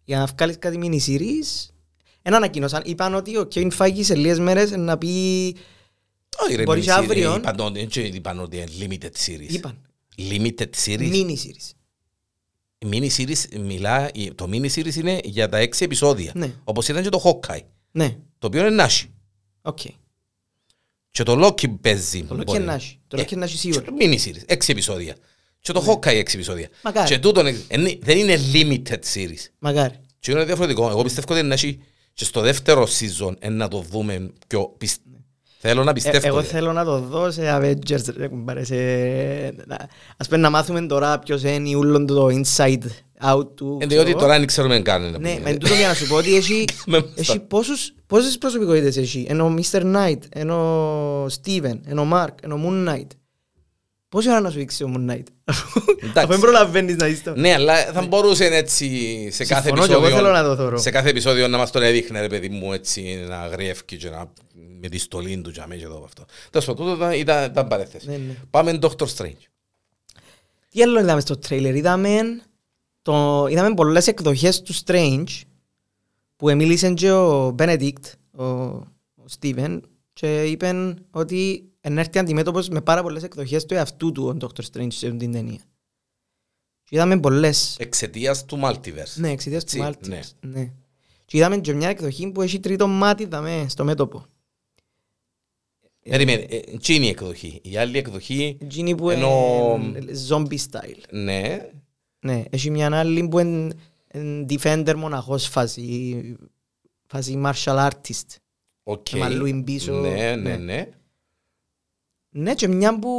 Speaker 2: Για να βγάλεις κάτι mini series, ένα ανακοίνωσαν. Είπαν ότι ο Kevin Feige σε λίγες μέρες να πει...
Speaker 1: Όχι ρε,
Speaker 2: Ε, Μπορείς
Speaker 1: μισή, ρε,
Speaker 2: αύριο.
Speaker 1: είπαν ότι- έτσι Είπαν ότι είναι limited series.
Speaker 2: Είπαν,
Speaker 1: Limited series.
Speaker 2: mini series.
Speaker 1: Mini series μιλά, το mini series είναι για τα έξι επεισόδια.
Speaker 2: Ναι.
Speaker 1: Όπως ήταν και το Hawkeye,
Speaker 2: Ναι,
Speaker 1: το οποίο είναι Nashi.
Speaker 2: οκ.
Speaker 1: Και το Loki παίζει.
Speaker 2: Το Loki
Speaker 1: μπορεί.
Speaker 2: είναι Nash. Το
Speaker 1: Ε,
Speaker 2: Loki είναι Nash
Speaker 1: Και
Speaker 2: σίγουρα. Ναι.
Speaker 1: το mini series, έξι επεισόδια. Και το Hawkeye έξι επεισόδια.
Speaker 2: Μακάρι.
Speaker 1: Και τούτον, εξ- εν- δεν είναι limited series.
Speaker 2: Μακάρι.
Speaker 1: Και είναι διαφορετικό. Εγώ πιστεύω ότι είναι να έχει και στο δεύτερο season ε, να το δούμε πιο πισ- Θέλω να
Speaker 2: Ναι. Ε,
Speaker 1: πιστεύω.
Speaker 2: Εγώ
Speaker 1: ρε.
Speaker 2: θέλω να το δω σε Avengers, ρε κουμπάρε, σε... να- Ας πούμε να μάθουμε τώρα ποιος είναι ούλον το inside out του...
Speaker 1: Ε,
Speaker 2: ξέρω
Speaker 1: Διότι
Speaker 2: εγώ.
Speaker 1: τώρα δεν ξέρουμε καν. να
Speaker 2: Ναι,
Speaker 1: πούμε.
Speaker 2: με τούτο για να σου πω ότι έχει,
Speaker 1: Με μπροστά.
Speaker 2: έχει πόσους, πόσες προσωπικότητες έχει. Ενώ Mr. Knight, ενώ Steven, ενώ Mark, ενώ Moon Knight. Πόση ώρα να σου δείξει ο Moon Knight. αφού-
Speaker 1: Εντάξει.
Speaker 2: Αφού δεν προλαβαίνεις να είσαι το.
Speaker 1: Ναι, αλλά θα μπορούσε έτσι σε κάθε
Speaker 2: Συμφωνώ, και εγώ
Speaker 1: επεισόδιο.
Speaker 2: θέλω να το θωρώ.
Speaker 1: Σε κάθε επεισόδιο να μας τον έδειχνε, ρε παιδί μου, έτσι να γριεύει και να με τη στολή του και αμέσως εδώ από αυτό. Τέλος πάντων, τούτο ήταν- ήταν, ήταν παρέθεση.
Speaker 2: Ναι, ναι.
Speaker 1: Πάμε Doctor Strange.
Speaker 2: Τι άλλο είδαμε στο τρέιλερ. Είδαμε, το, είδαμε πολλές εκδοχές του Strange που μίλησε και ο Benedict, ο, ο Steven, και είπε ότι ενέρχεται αντιμέτωπος με πάρα πολλές εκδοχές του εαυτού του ο Dr. Strange σε την ταινία. Και είδαμε πολλές.
Speaker 1: Εξαιτίας του Multiverse.
Speaker 2: Ναι, εξαιτίας του
Speaker 1: Έτσι,
Speaker 2: Μάλτιξ. Ναι. Και είδαμε και μια εκδοχή που έχει τρίτο μάτι δαμέ στο μέτωπο.
Speaker 1: Περίμενε, ε, τι είναι η εκδοχή. Η άλλη εκδοχή,
Speaker 2: Εκείνη που είναι
Speaker 1: Ενώ-
Speaker 2: zombie style.
Speaker 1: ναι,
Speaker 2: Ναι, έχει μια άλλη που είναι είναι defender μοναχός φάση, φάση martial artist.
Speaker 1: οκ.
Speaker 2: Με μαλλούιν πίσω.
Speaker 1: Ναι, ναι,
Speaker 2: Ναι.
Speaker 1: ναι.
Speaker 2: Ναι, και μια που...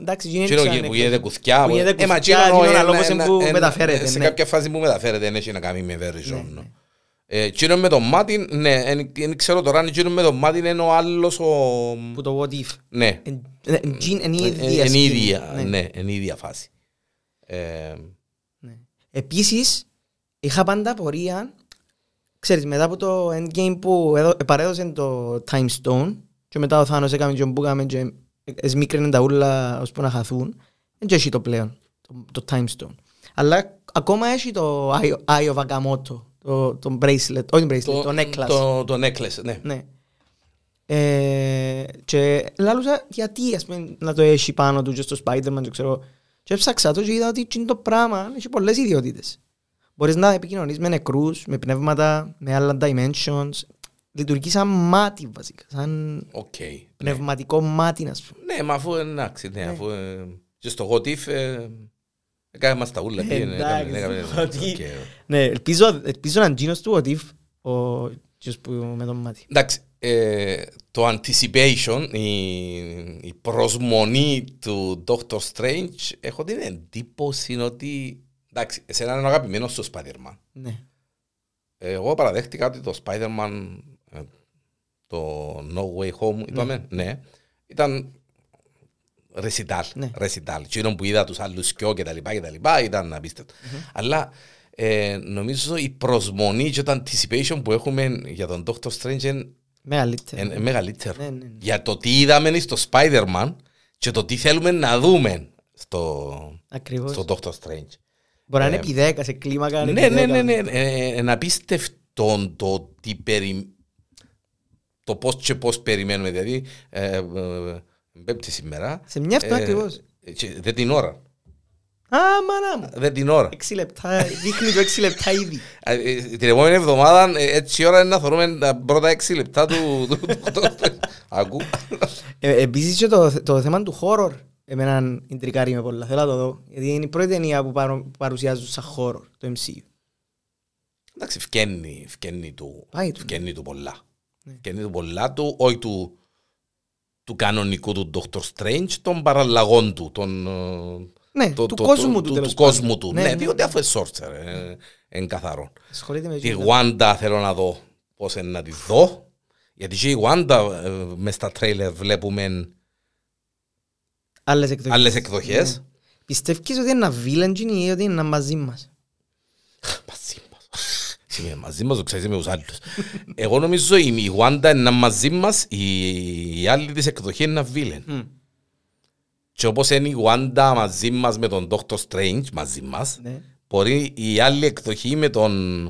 Speaker 2: Εντάξει, εκείνη
Speaker 1: Ξέρω
Speaker 2: είναι
Speaker 1: που
Speaker 2: ξανά-
Speaker 1: γίνεται κουθιά.
Speaker 2: Που γίνεται
Speaker 1: Ε, μα
Speaker 2: κουθιά,
Speaker 1: εκείνο
Speaker 2: εκείνο
Speaker 1: ένα-
Speaker 2: αναλόγως
Speaker 1: ένα-
Speaker 2: που
Speaker 1: ένα-
Speaker 2: μεταφέρεται,
Speaker 1: Σε
Speaker 2: ναι.
Speaker 1: κάποια φάση που μεταφέρεται, δεν έχει να κάνει με version.
Speaker 2: Ναι,
Speaker 1: Ε, Εκείνο με το μάτι, ναι, εν- εν ξέρω τώρα αν εκείνο με το μάτι είναι ο άλλος ο...
Speaker 2: Που το what if.
Speaker 1: Ναι,
Speaker 2: Ε, ε, εκείνη Είναι η ίδια.
Speaker 1: εν
Speaker 2: σκηνή.
Speaker 1: ίδια,
Speaker 2: Ναι.
Speaker 1: ναι, εν ίδια φάση. Ε,
Speaker 2: Ναι. Επίσης, είχα πάντα πορεία, ξέρεις, μετά από το endgame που εδώ- παρέδωσε το Time Stone και μετά ο Θάνος έκαμε και που έκαμε και εσμίκρινε τα ούλα ώσπου να χαθούν, δεν και έχει το πλέον, το, το Time Stone. Αλλά ακόμα έχει το Eye Eye of Agamotto, το, το bracelet, όχι bracelet, το, necklace.
Speaker 1: Το, το necklace, ναι.
Speaker 2: Ναι. Ε, και λάλουσα γιατί ας πούμε, να το έχει πάνω του και στο Spider-Man και ξέρω. Και έψαξα το και είδα ότι είναι το πράγμα έχει πολλές ιδιότητες. Μπορείς να επικοινωνείς με νεκρούς, με πνεύματα, με άλλα dimensions. Λειτουργεί σαν μάτι βασικά, σαν
Speaker 1: Οκ.
Speaker 2: πνευματικό μάτι ας πούμε.
Speaker 1: Ναι, μα αφού εντάξει, ναι, αφού... ε, Και στο What If, ε, έκαμε μας τα ούλα.
Speaker 2: Ε,
Speaker 1: πήγαινε, έκαμε-
Speaker 2: εντάξει,
Speaker 1: έκαμε-
Speaker 2: What If.
Speaker 1: οκ.
Speaker 2: Ναι, ελπίζω, ελπίζω να είναι γίνος του What If, ο κύριος που με το μάτι.
Speaker 1: Εντάξει, ε, το anticipation, η, η προσμονή του Doctor Strange, έχω την εντύπωση ότι... Εντάξει, εσένα είναι ο αγαπημένος σου Spider-Man.
Speaker 2: Ναι.
Speaker 1: Εγώ παραδέχτηκα ότι το Spider-Man, ε, το No Way Home, είπαμε, ναι, ήταν ρεσιτάλ,
Speaker 2: Ναι.
Speaker 1: ρεσιτάλ. Εκείνο που είδα τους άλλους σκιό και τα λοιπά και τα λοιπά ήταν απίστευτο. Αλλά ε, νομίζω η προσμονή και το anticipation που έχουμε για τον Doctor Strange είναι
Speaker 2: Μεγαλύτερο.
Speaker 1: είναι μεγαλύτερο.
Speaker 2: Ναι, ναι, ναι.
Speaker 1: ε, Για το τι είδαμε στο Spider-Man και το τι θέλουμε να δούμε στο,
Speaker 2: Ακριβώς.
Speaker 1: στο Doctor Strange.
Speaker 2: Μπορεί να είναι
Speaker 1: ε,
Speaker 2: επί 10 σε κλίμακα. είναι
Speaker 1: Ναι,
Speaker 2: επί
Speaker 1: ναι,
Speaker 2: 10.
Speaker 1: ναι, ναι. Είναι απίστευτο το τι περι... το πώς και πώς περιμένουμε. Δηλαδή, ε, ε, πέμπτη σήμερα.
Speaker 2: Σε μια αυτό
Speaker 1: ε,
Speaker 2: ακριβώς.
Speaker 1: και Δεν την ώρα.
Speaker 2: Α, μάνα μου.
Speaker 1: Δεν την ώρα.
Speaker 2: Έξι λεπτά, δείχνει το έξι λεπτά ήδη.
Speaker 1: Ε, ε, Την επόμενη εβδομάδα ε, έτσι η ώρα είναι να θεωρούμε τα πρώτα έξι λεπτά του... του- του- του- Ακού.
Speaker 2: Ε, επίσης και το, το θέμα του horror Εμένα ιντρικάρει με πολλά. Θέλω να το δω. Γιατί είναι η πρώτη ταινία που παρο- παρουσιάζουν σαν χώρο το MCU.
Speaker 1: Εντάξει, φκένει, φκένει του,
Speaker 2: Πάει του.
Speaker 1: φκένει του πολλά.
Speaker 2: Ναι.
Speaker 1: Φκένει του πολλά του, όχι του, του κανονικού του Dr. Strange, των παραλλαγών του, των, ε,
Speaker 2: Ναι,
Speaker 1: το-
Speaker 2: του
Speaker 1: το-
Speaker 2: κόσμου
Speaker 1: το-
Speaker 2: του τέλος
Speaker 1: του
Speaker 2: πάντων.
Speaker 1: κόσμου του.
Speaker 2: Ναι,
Speaker 1: Ναι,
Speaker 2: ναι,
Speaker 1: διότι
Speaker 2: ναι.
Speaker 1: αυτό είναι sorcerer, ε, εν καθαρό.
Speaker 2: Ασχολείται με
Speaker 1: Τη
Speaker 2: εκείνο.
Speaker 1: Wanda θέλω να δω πώς είναι να τη δω. Γιατί και η Wanda ε, μες στα τρέιλερ βλέπουμε
Speaker 2: Άλλες εκδοχές.
Speaker 1: άλλες εκδοχές.
Speaker 2: Ναι. Πιστεύεις ότι είναι ένα villain γίνει ή ότι είναι ένα μαζί μας.
Speaker 1: Μαζί μας. Είμαι μαζί μας, το ξέρεις με τους άλλους. Εγώ νομίζω η η Wanda είναι να μαζί μας, η, η άλλη της εκδοχή είναι να βίλεν.
Speaker 2: Μμ.
Speaker 1: Και όπως είναι η Wanda μαζί μας με τον Doctor Strange μαζί μας,
Speaker 2: Ναι.
Speaker 1: μπορεί η άλλη εκδοχή με τον...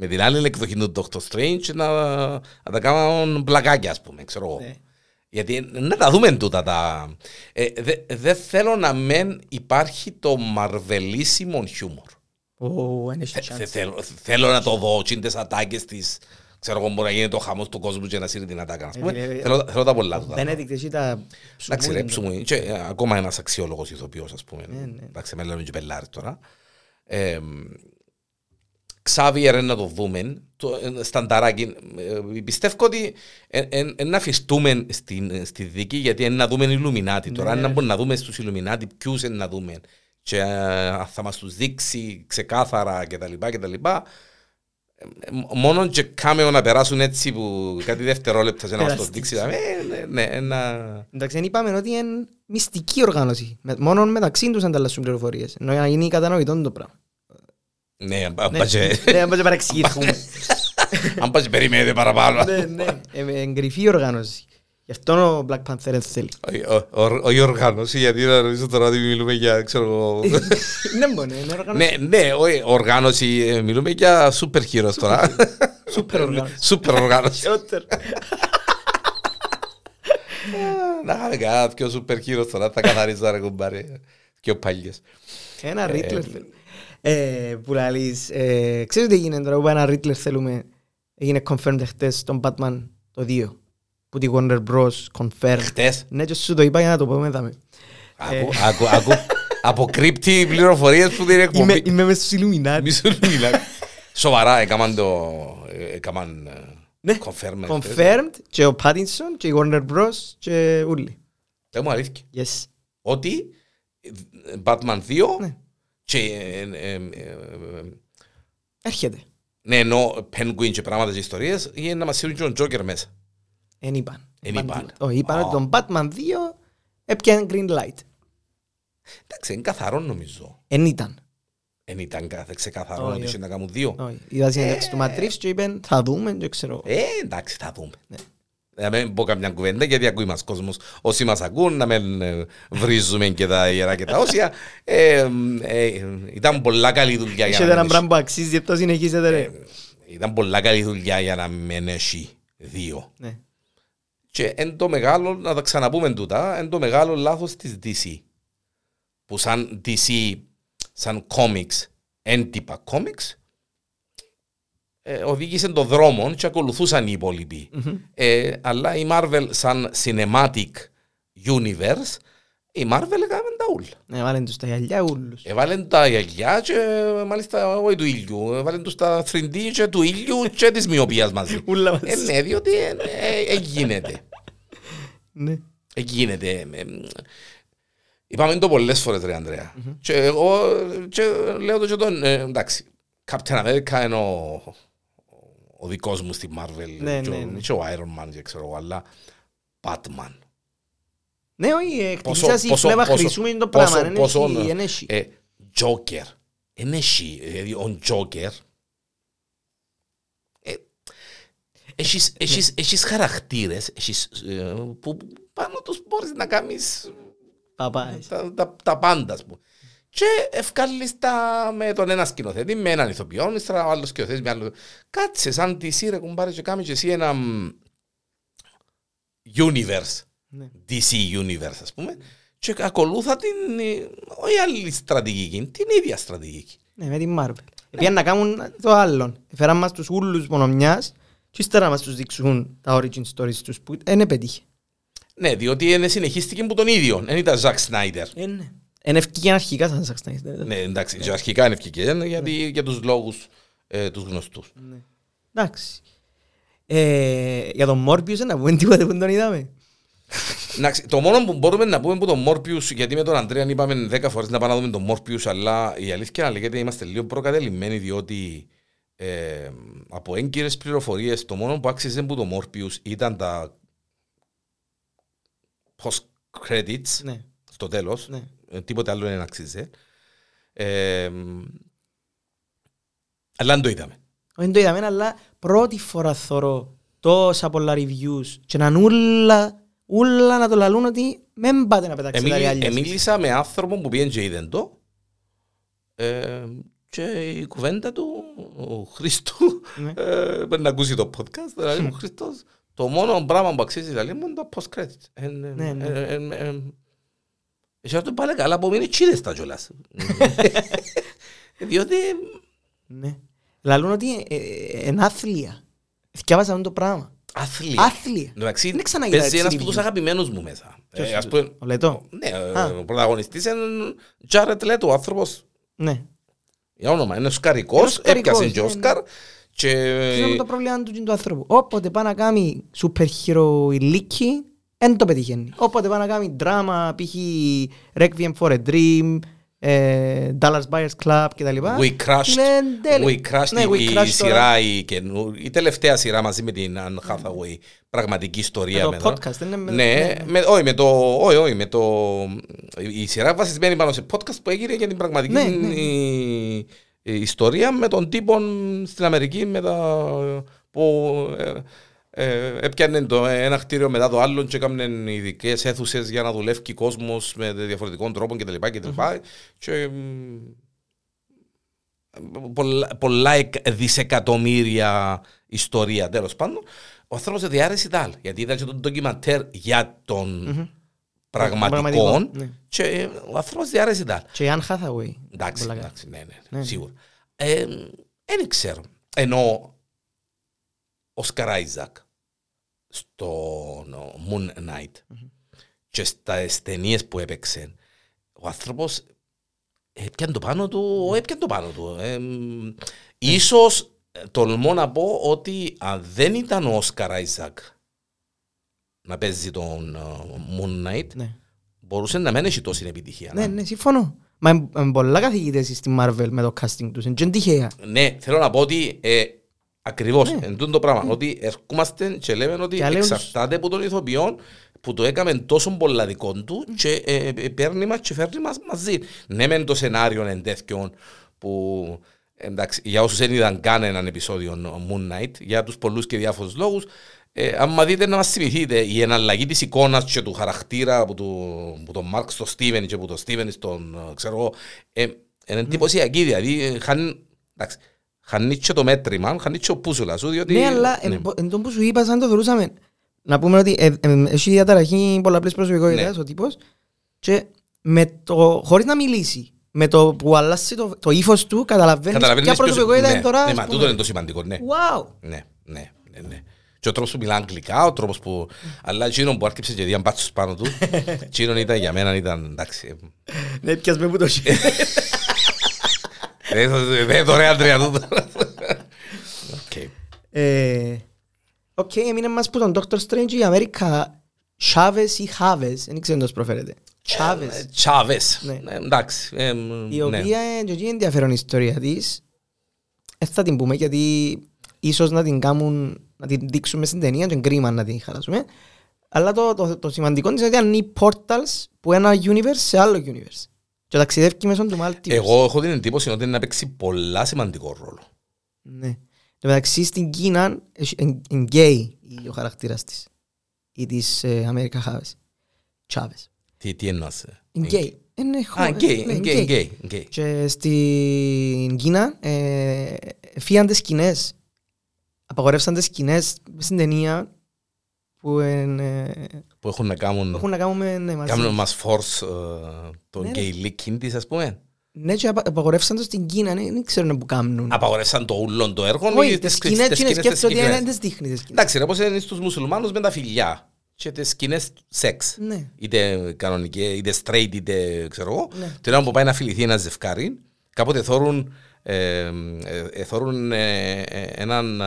Speaker 1: Με την άλλη εκδοχή του Doctor Strange να, να τα κάνουν πλακάκια, ας πούμε, ξέρω εγώ.
Speaker 2: Ναι.
Speaker 1: Γιατί να τα δούμε τούτα τα... Ε, δε- Δεν θέλω να μεν υπάρχει το μαρβελίσιμο χιούμορ.
Speaker 2: Ω, είναι
Speaker 1: Θε-
Speaker 2: chance.
Speaker 1: Ε, θε- θέλω- Θέλω να το δω, τσιν ατάκες της... Ξέρω εγώ μπορεί να γίνει το χαμός του κόσμου και να σύρει την ατάκα. ας πούμε.
Speaker 2: Ε, ε,
Speaker 1: Θέλω θέλω τα πολλά
Speaker 2: Ο
Speaker 1: του.
Speaker 2: Benedict έχει τα ναι.
Speaker 1: Εντάξει ρε,
Speaker 2: ψουμούρια.
Speaker 1: ψουμούνι. Και, ε, ακόμα ένας αξιόλογος ηθοποιός ας πούμε.
Speaker 2: Ναι, ναι.
Speaker 1: Εντάξει, με λέμε και πελάρι τώρα. Ε, Ξάβιερ ε, να το δούμε. Το, ε, στανταράκι. Ε, πιστεύω ότι ε, ε, ε, να αφιστούμε στην, στη δίκη γιατί είναι να δούμε Ιλουμινάτη. Τώρα
Speaker 2: Ναι.
Speaker 1: να μπορούμε να δούμε στους Ιλουμινάτη ποιους είναι να δούμε. Και ε, αν θα μας τους δείξει ξεκάθαρα κτλ. κτλ. Μόνο και κάμεο να περάσουν έτσι που κάτι δευτερόλεπτα σε να μας το
Speaker 2: Τεράστιες.
Speaker 1: δείξεις. Ε, ναι, ναι, ένα...
Speaker 2: Εντάξει, δεν είπαμε ότι είναι μυστική οργάνωση. Με- Μόνο μεταξύ τους ανταλλάσσουν πληροφορίες. Ενώ να γίνει κατανοητό το πράγμα.
Speaker 1: Ναι, αν πα-
Speaker 2: Ναι.
Speaker 1: πας-
Speaker 2: Ναι, να παρεξηγηθούμε.
Speaker 1: αν πας περιμένετε παραπάνω.
Speaker 2: Ναι, ναι. Ε, Εγκρυφή οργάνωση. Γι' αυτό ο Black Panther δεν θέλει.
Speaker 1: Ο- ο- ο- Όχι οργάνωση, γιατί να νομίζω τώρα ότι μιλούμε για, ξέρω εγώ...
Speaker 2: Ναι, μόνο είναι οργάνωση.
Speaker 1: Ναι, ναι, όχι, οργάνωση, ε, μιλούμε για σούπερ χείρος τώρα.
Speaker 2: Σούπερ οργάνωση.
Speaker 1: Σούπερ οργάνωση.
Speaker 2: Χειρότερο.
Speaker 1: Να είχαμε κανένα πιο σούπερ χείρος τώρα, θα καθαρίζω ρε κουμπάρε. Και ο παλιές.
Speaker 2: Ένα Ρίτλερ Ε, που λαλείς. ε, Ξέρεις τι έγινε τώρα που ένα Ρίτλερ θέλουμε. Έγινε confirmed χτες τον Batman το 2. Που τη Warner Bros. confirmed.
Speaker 1: Χτες,
Speaker 2: Ναι και σου το είπα για να το πω μετά.
Speaker 1: ακού, ακού, ακού, αποκρύπτει πληροφορίες που δεν
Speaker 2: Είμαι,
Speaker 1: εκπομπή.
Speaker 2: είμαι μες στους Illuminati.
Speaker 1: Μη σου μιλά. Σοβαρά, έκαναν το... Έκαναν... ε,
Speaker 2: Ναι.
Speaker 1: confirm, ε, χτες.
Speaker 2: Confirmed και ο Pattinson και η Warner Bros. και ούλοι.
Speaker 1: Δεν μου αλήθεια.
Speaker 2: Yes.
Speaker 1: ότι ε, Batman 2
Speaker 2: Ναι.
Speaker 1: και ε, ε, ε, ε,
Speaker 2: Έρχεται.
Speaker 1: ναι ενώ Penguin και πράγματα και ιστορίες είναι να μας σύρουν και τον Joker μέσα.
Speaker 2: Εν είπαν.
Speaker 1: Εν είπαν.
Speaker 2: τίποτα. Όχι, είπαν
Speaker 1: Α.
Speaker 2: ότι τον Batman 2 έπιανε green light.
Speaker 1: Εντάξει, είναι καθαρό νομίζω.
Speaker 2: Εν ήταν.
Speaker 1: Εν ήταν καθε- ξεκαθαρό
Speaker 2: Όχι,
Speaker 1: ότι
Speaker 2: όχι.
Speaker 1: είχε να κάνουν δύο.
Speaker 2: Όχι. Είδα συνέντευξη του Ματρίφ και είπαν θα δούμε και ξέρω.
Speaker 1: Ε, εντάξει, θα δούμε.
Speaker 2: Ναι.
Speaker 1: Να μην πω καμιά κουβέντα γιατί ακούει μας κόσμος. Όσοι μας ακούν, να μην ε, βρίζουμε και τα ιερά και τα όσια. Ε, ε, ε, ήταν πολλά καλή δουλειά για
Speaker 2: Έχετε
Speaker 1: να Ε.
Speaker 2: ένα
Speaker 1: μην έχει-
Speaker 2: πράγμα που αξίζει, γι' αυτό συνεχίζετε ρε.
Speaker 1: Ήταν πολλά καλή δουλειά για να μην έχει δύο.
Speaker 2: Ναι.
Speaker 1: Και εν το μεγάλο, να τα ξαναπούμε τούτα, εν το μεγάλο λάθος της DC. Που σαν DC, σαν comics, έντυπα comics, ε, οδήγησε τον δρόμο και ακολουθούσαν οι υπόλοιποι. Ε, αλλά η Marvel σαν cinematic universe, η Marvel έκαμε τα ούλα.
Speaker 2: Ναι, βάλεν τους τα γυαλιά ούλους.
Speaker 1: Έβαλε τα γυαλιά και μάλιστα όχι του ήλιου. Έβαλε τους τα 3D και του ήλιου και της μοιοπίας μαζί.
Speaker 2: Ούλα μας.
Speaker 1: ε, ναι, διότι ε, ε, ε, γίνεται.
Speaker 2: Ναι.
Speaker 1: Ε, γίνεται. ε, ε, Είπαμε το πολλές φορές, ρε Ανδρέα. Και εγώ και λέω το και τον. ε, εντάξει, Captain America είναι ο, ο δικός μου στη Marvel.
Speaker 2: Ναι,
Speaker 1: και,
Speaker 2: ναι, ναι.
Speaker 1: Ο, και ο Iron Man, και ξέρω εγώ, αλλά Batman.
Speaker 2: Ναι, όχι, εκτιμήσας η φλέβα χρυσού είναι το
Speaker 1: πόσο-
Speaker 2: πράγμα. ναι, Εν
Speaker 1: πόσο,
Speaker 2: έχει, εν έχει.
Speaker 1: ε, Joker. Εν έχει, δηλαδή, ο Joker. ε, έχεις-
Speaker 2: Ναι.
Speaker 1: έχεις- Έχεις χαρακτήρες έχεις, ε, που πάνω τους μπορείς να κάνεις
Speaker 2: Παπάες.
Speaker 1: τα, τα, τα πάντα, ας πούμε. Και ευκάλλεις τα με τον ένα σκηνοθέτη, με έναν ηθοποιό, ύστερα ο άλλος σκηνοθέτης με άλλο. Κάτσε σαν τη σύρε κουμπάρε και κάμε και εσύ ένα μ, universe,
Speaker 2: Ναι.
Speaker 1: DC universe ας πούμε, και ακολούθα την, ε, όχι άλλη στρατηγική, την ίδια στρατηγική.
Speaker 2: Ναι, με την Marvel. Επειδή να κάνουν το άλλον. Έφεραν μας τους Ε, ναι, ούλους μόνο μιας και ύστερα να μας τους δείξουν τα origin stories τους που δεν επέτυχε.
Speaker 1: Ναι, διότι είναι συνεχίστηκε που τον ίδιο. Δεν ήταν Ζακ Σνάιντερ.
Speaker 2: Ε, ναι. Εν ευκήκε αρχικά σαν Zack Snyder.
Speaker 1: Ναι, εντάξει, και αρχικά είναι ευκαιρία γιατί για τους λόγους ε, τους γνωστούς.
Speaker 2: Ναι. Εντάξει. Ε, για τον Morbius να πούμε τίποτα που δεν τον είδαμε.
Speaker 1: το μόνο που μπορούμε να πούμε που τον Μόρπιους, γιατί με τον Αντρέα είπαμε 10 φορές να πάμε να δούμε τον Μόρπιους, αλλά η αλήθεια λέγεται είμαστε λίγο προκατελημένοι, διότι ε, από έγκυρες πληροφορίες το μόνο που άξιζε που τον Μόρπιους ήταν τα post credits
Speaker 2: ναι,
Speaker 1: στο τέλος.
Speaker 2: ναι.
Speaker 1: Ε, τίποτε άλλο δεν αξίζει. Ε, αλλά δεν το είδαμε.
Speaker 2: Δεν το είδαμε, αλλά πρώτη φορά θωρώ τόσα πολλά reviews και να νουλα, ούλα να το λαλούν ότι μεν πάτε να πετάξετε τα
Speaker 1: Εμίλη-
Speaker 2: ριάλια.
Speaker 1: Εμίλησα με άνθρωπο που πήγαινε και είδε το ε, και η κουβέντα του, ο Χριστού,
Speaker 2: Ναι.
Speaker 1: ε, πρέπει να ακούσει το podcast, δηλαδή ο Χριστός, το μόνο πράγμα που αξίζει δηλαδή μου είναι το post-credit. Ε, ε,
Speaker 2: Ναι, ναι.
Speaker 1: ε, ε, ε, ε, Εσύ αυτό πάλι καλά που μείνει τσίδες τα κιόλας. Διότι
Speaker 2: Ναι. Λαλούν ότι ε, ε, εν άθλια. Θυκιάβασα αυτό το πράγμα.
Speaker 1: αθλία.
Speaker 2: Άθλια.
Speaker 1: Εντάξει,
Speaker 2: Δεν ξαναγυρνάει
Speaker 1: παίζει
Speaker 2: έτσι
Speaker 1: ένας
Speaker 2: reviews.
Speaker 1: από τους αγαπημένους μου μέσα.
Speaker 2: Ποιος
Speaker 1: Ε, ας
Speaker 2: είναι
Speaker 1: πούμε,
Speaker 2: Ο Λετό.
Speaker 1: ναι,
Speaker 2: Α.
Speaker 1: ο πρωταγωνιστής είναι Τζάρετ Λέτο, ο άνθρωπος
Speaker 2: Ναι.
Speaker 1: Για όνομα, είναι
Speaker 2: Είναι
Speaker 1: σκαρικός,
Speaker 2: σκαρικός,
Speaker 1: έπιασε και
Speaker 2: ναι,
Speaker 1: Όσκαρ και
Speaker 2: Ξέρουμε το πρόβλημα του, του άνθρωπου. Όποτε πάει να κάνει super hero ηλίκη, δεν το πετυχαίνει. Όποτε πάει να κάνει δράμα, π.χ. Requiem for a Dream, ε, Dallas Buyers Club κτλ.
Speaker 1: We Crushed,
Speaker 2: είναι τέλειο.
Speaker 1: We Crushed
Speaker 2: Ναι, We
Speaker 1: η- η
Speaker 2: Crushed τώρα.
Speaker 1: σειρά, η, καινού- η τελευταία σειρά μαζί με την Anne Hathaway, πραγματική ιστορία.
Speaker 2: Με το
Speaker 1: εδώ.
Speaker 2: podcast, δεν είναι με-
Speaker 1: Ναι,
Speaker 2: ναι, ναι.
Speaker 1: με- όχι, με το, όχι, όχι, με το, η σειρά βασισμένη πάνω σε podcast που έγινε για την πραγματική
Speaker 2: Ναι, ναι, ναι.
Speaker 1: η- η ιστορία με τον τύπο στην Αμερική με τα, που ε, ε, έπιανε το ένα κτίριο μετά το άλλο και έκαναν ειδικές αίθουσες για να δουλεύει κόσμος με διαφορετικών τρόπων κτλ. κτλ. Και, μ, πολλά, πολλά εκ- δισεκατομμύρια ιστορία τέλος πάντων. Ο άνθρωπος δεν διάρεσε τα άλλα. Γιατί είδα και τον ντοκιμαντέρ για τον πραγματικόν.
Speaker 2: Ναι.
Speaker 1: Και ε, ο άνθρωπος διάρεσε τα άλλα.
Speaker 2: Και η Anne Hathaway.
Speaker 1: Εντάξει,
Speaker 2: Πολλά καλά.
Speaker 1: εντάξει, ναι, ναι,
Speaker 2: Ναι,
Speaker 1: ναι,
Speaker 2: ναι.
Speaker 1: σίγουρα. Ε, Δεν ξέρω. Ενώ ο Σκαράιζακ στον ο, Moon Knight και στα ταινίες που έπαιξε, ο άνθρωπος έπιανε το πάνω του, έπιανε το πάνω του. Ε, μ, ίσως ε, τολμώ να πω ότι αν δεν ήταν ο Σκαράιζακ να παίζει τον ε, Moon Knight,
Speaker 2: Ναι.
Speaker 1: μπορούσε να μην έχει τόση επιτυχία.
Speaker 2: Ναι,
Speaker 1: να-
Speaker 2: ναι, συμφωνώ. Μα είναι- είναι πολλά καθηγητές στη Marvel με το casting τους. Είναι και τυχαία.
Speaker 1: Ναι, θέλω να πω ότι ε, ακριβώς
Speaker 2: Ναι.
Speaker 1: εν τούτο το πράγμα. Ότι ερχόμαστε και λέμε ότι
Speaker 2: Και αλλιώς-
Speaker 1: εξαρτάται από τον ηθοποιό που το έκαμε τόσο πολλά δικό του και ε, ε, παίρνει μας και φέρνει μας μαζί. Ναι, μεν το σενάριο εν τέτοιον που. Εντάξει, για όσους δεν είδαν καν έναν επεισόδιο Moon Knight, για τους πολλούς και διάφορους λόγους, ε, άμα δείτε να μας θυμηθείτε η εναλλαγή της εικόνας και του χαρακτήρα από, του, από τον Μάρκ στο Στίβεν και από τον Στίβεν στον ε, ξέρω εγώ, ε, είναι εντυπωσιακή. Δηλαδή, ε, χάνει, εντάξει, χάνει και το μέτρημα, χάνει και ο πούσουλα σου, διότι.
Speaker 2: Ναι, αλλά εν πο- εν τω που σου είπα, σαν το θεωρούσαμε. Να πούμε ότι ε, ε, έχει διαταραχή πολλαπλής προσωπικότητας
Speaker 1: Ναι.
Speaker 2: ο τύπος και με το, χωρίς να μιλήσει, με το που αλλάζει το, το ύφος του, καταλαβαίνεις ποια
Speaker 1: Καταλαβαίνεις ποιος-
Speaker 2: προσωπικότητα
Speaker 1: ναι,
Speaker 2: είναι τώρα.
Speaker 1: Ναι,
Speaker 2: ας
Speaker 1: μα τούτο
Speaker 2: πούμε.
Speaker 1: είναι το σημαντικό, ναι.
Speaker 2: Wow!
Speaker 1: Ναι, ναι, ναι, ναι. Και ο τρόπος που μιλά αγγλικά, ο τρόπος που... Αλλά εκείνο που άρχιψε και δύο μπάτσους πάνω του, εκείνον ήταν για μένα, ήταν εντάξει.
Speaker 2: Ναι, πιάσμε που το χέρι.
Speaker 1: Ε, Δεν το- δεν το ρε Αντρέα τούτο. Οκ.
Speaker 2: Ε, Οκ, έμεινε μας που τον Dr. Strange η Αμέρικα Chávez ή Chávez, δεν ξέρω πώς προφέρεται. Chávez.
Speaker 1: Ε, Τσάβες.
Speaker 2: Ναι.
Speaker 1: Ε, Εντάξει. ε, μ,
Speaker 2: Η
Speaker 1: ναι.
Speaker 2: οποία ε, και είναι ενδιαφέρον η ιστορία της. Δεν θα την πούμε γιατί ίσως να την κάνουν, να την δείξουμε στην ταινία και κρίμα να την χαλάσουμε. Αλλά το, το, το σημαντικό της είναι ότι ανοίγει portals που ένα universe σε άλλο universe. Και ταξιδεύει μέσω του multiverse.
Speaker 1: Εγώ έχω την εντύπωση ότι είναι να παίξει πολλά σημαντικό ρόλο.
Speaker 2: Ναι. Το μεταξύ στην Κίνα έχει- εν- εν γκέι η- ο χαρακτήρας της. Ή της ε, Αμέρικα Χάβες. Τσάβες.
Speaker 1: Τι, τι εννοάς. ε?
Speaker 2: Είναι γκέι. Είναι χω-
Speaker 1: Α, γκέι,
Speaker 2: ναι,
Speaker 1: γκέι,
Speaker 2: γκέι.
Speaker 1: γκέι, γκέι.
Speaker 2: Και στην Κίνα ε, φύγαν τις σκηνές. Απαγορεύσαν τις σκηνές στην ταινία που εν, ε,
Speaker 1: Που έχουν να
Speaker 2: που
Speaker 1: κάνουν...
Speaker 2: έχουν να κάνουν με ναι, μαζί.
Speaker 1: Κάνουν μας force ε, τον
Speaker 2: Ναι, ρε.
Speaker 1: γκέι λίκιν της, ας πούμε.
Speaker 2: Ναι, και απα- απαγορεύσαν το στην Κίνα, ναι, δεν ξέρουν που κάνουν.
Speaker 1: Απαγορεύσαν το ούλον το έργο. ή
Speaker 2: Όχι,
Speaker 1: τις
Speaker 2: τις
Speaker 1: σκηνές-
Speaker 2: σκηνές
Speaker 1: τις
Speaker 2: είναι
Speaker 1: σκηνές- τις
Speaker 2: σκέφτονται ότι
Speaker 1: σκηνές.
Speaker 2: δεν τις δείχνει τις σκηνές.
Speaker 1: Εντάξει, ρε, πώς είναι στους μουσουλμάνους με τα φιλιά. και τις σκηνές σεξ.
Speaker 2: Ναι.
Speaker 1: Είτε κανονική, είτε straight, είτε ξέρω εγώ.
Speaker 2: Ναι.
Speaker 1: Την ώρα που πάει να φιληθεί ένα ζευκάρι, κάποτε θόρουν ε, ε, ε, θόρουν, ε, ε, έναν ε,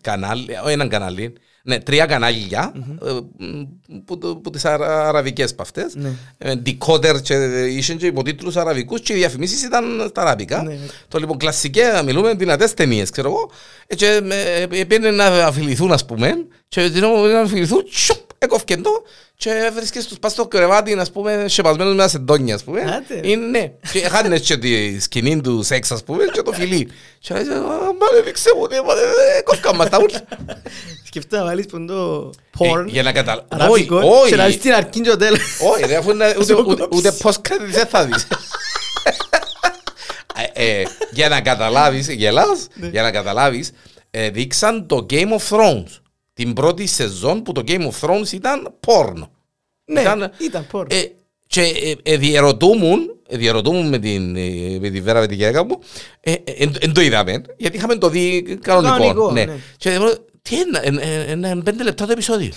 Speaker 1: κανάλι, ε, όχι έναν κανάλι, ναι, τρία κανάλια, ε, μ, που, το- που τις αρα- αραβικές παυτές.
Speaker 2: Ναι.
Speaker 1: Ε, Decoder και είχαν και υποτίτλους αραβικούς και οι διαφημίσεις ήταν στα αραβικά.
Speaker 2: Ναι.
Speaker 1: Το λοιπόν κλασικά μιλούμε δυνατές ταινίες, ξέρω εγώ. Ε, Και πήγαινε να αφιληθούν ας πούμε και την ώρα που να αφιληθούν τσουπ, έκοφκε το και βρίσκες τους πας στο κρεβάτι ας πούμε σεπασμένος με ένα σεντόνι ας πούμε.
Speaker 2: Άντε.
Speaker 1: Είναι ναι. Και χάνες και τη σκηνή του σεξ ας πούμε και το φιλί. Και λέει μάλλον δείξε μου τίποτα, ε, κόφκα μας τα ούρλα.
Speaker 2: Σκεφτά να βάλεις ποντό
Speaker 1: Ε,
Speaker 2: porn,
Speaker 1: Για να καταλάβω. Όχι,
Speaker 2: αραβικό, και να δεις
Speaker 1: όχι.
Speaker 2: την αρκή και το τέλος.
Speaker 1: Όχι, ρε, αφού είναι- ούτε-
Speaker 2: Σε
Speaker 1: ούτε-
Speaker 2: κόψεις.
Speaker 1: ούτε πώ κάτι δεν θα δεις. Για να καταλάβεις, γελάς,
Speaker 2: Ναι.
Speaker 1: για να καταλάβεις, δείξαν το Game of Thrones. Την πρώτη σεζόν που το Game of Thrones ήταν πόρνο.
Speaker 2: Ναι,
Speaker 1: Ήταν-
Speaker 2: ήταν porn.
Speaker 1: Ε, και ε, ε, διερωτούμουν, ε, διερωτούμουν με την, ε, με τη Βέρα, με τη γυναίκα μου, ε, ε, εν- εν το είδαμε, γιατί είχαμε το δει κανονικό.
Speaker 2: Κανονικό,
Speaker 1: ναι.
Speaker 2: ναι.
Speaker 1: Και ε, τι είναι, εν- εν- εν- εν πέντε λεπτά το επεισόδιο.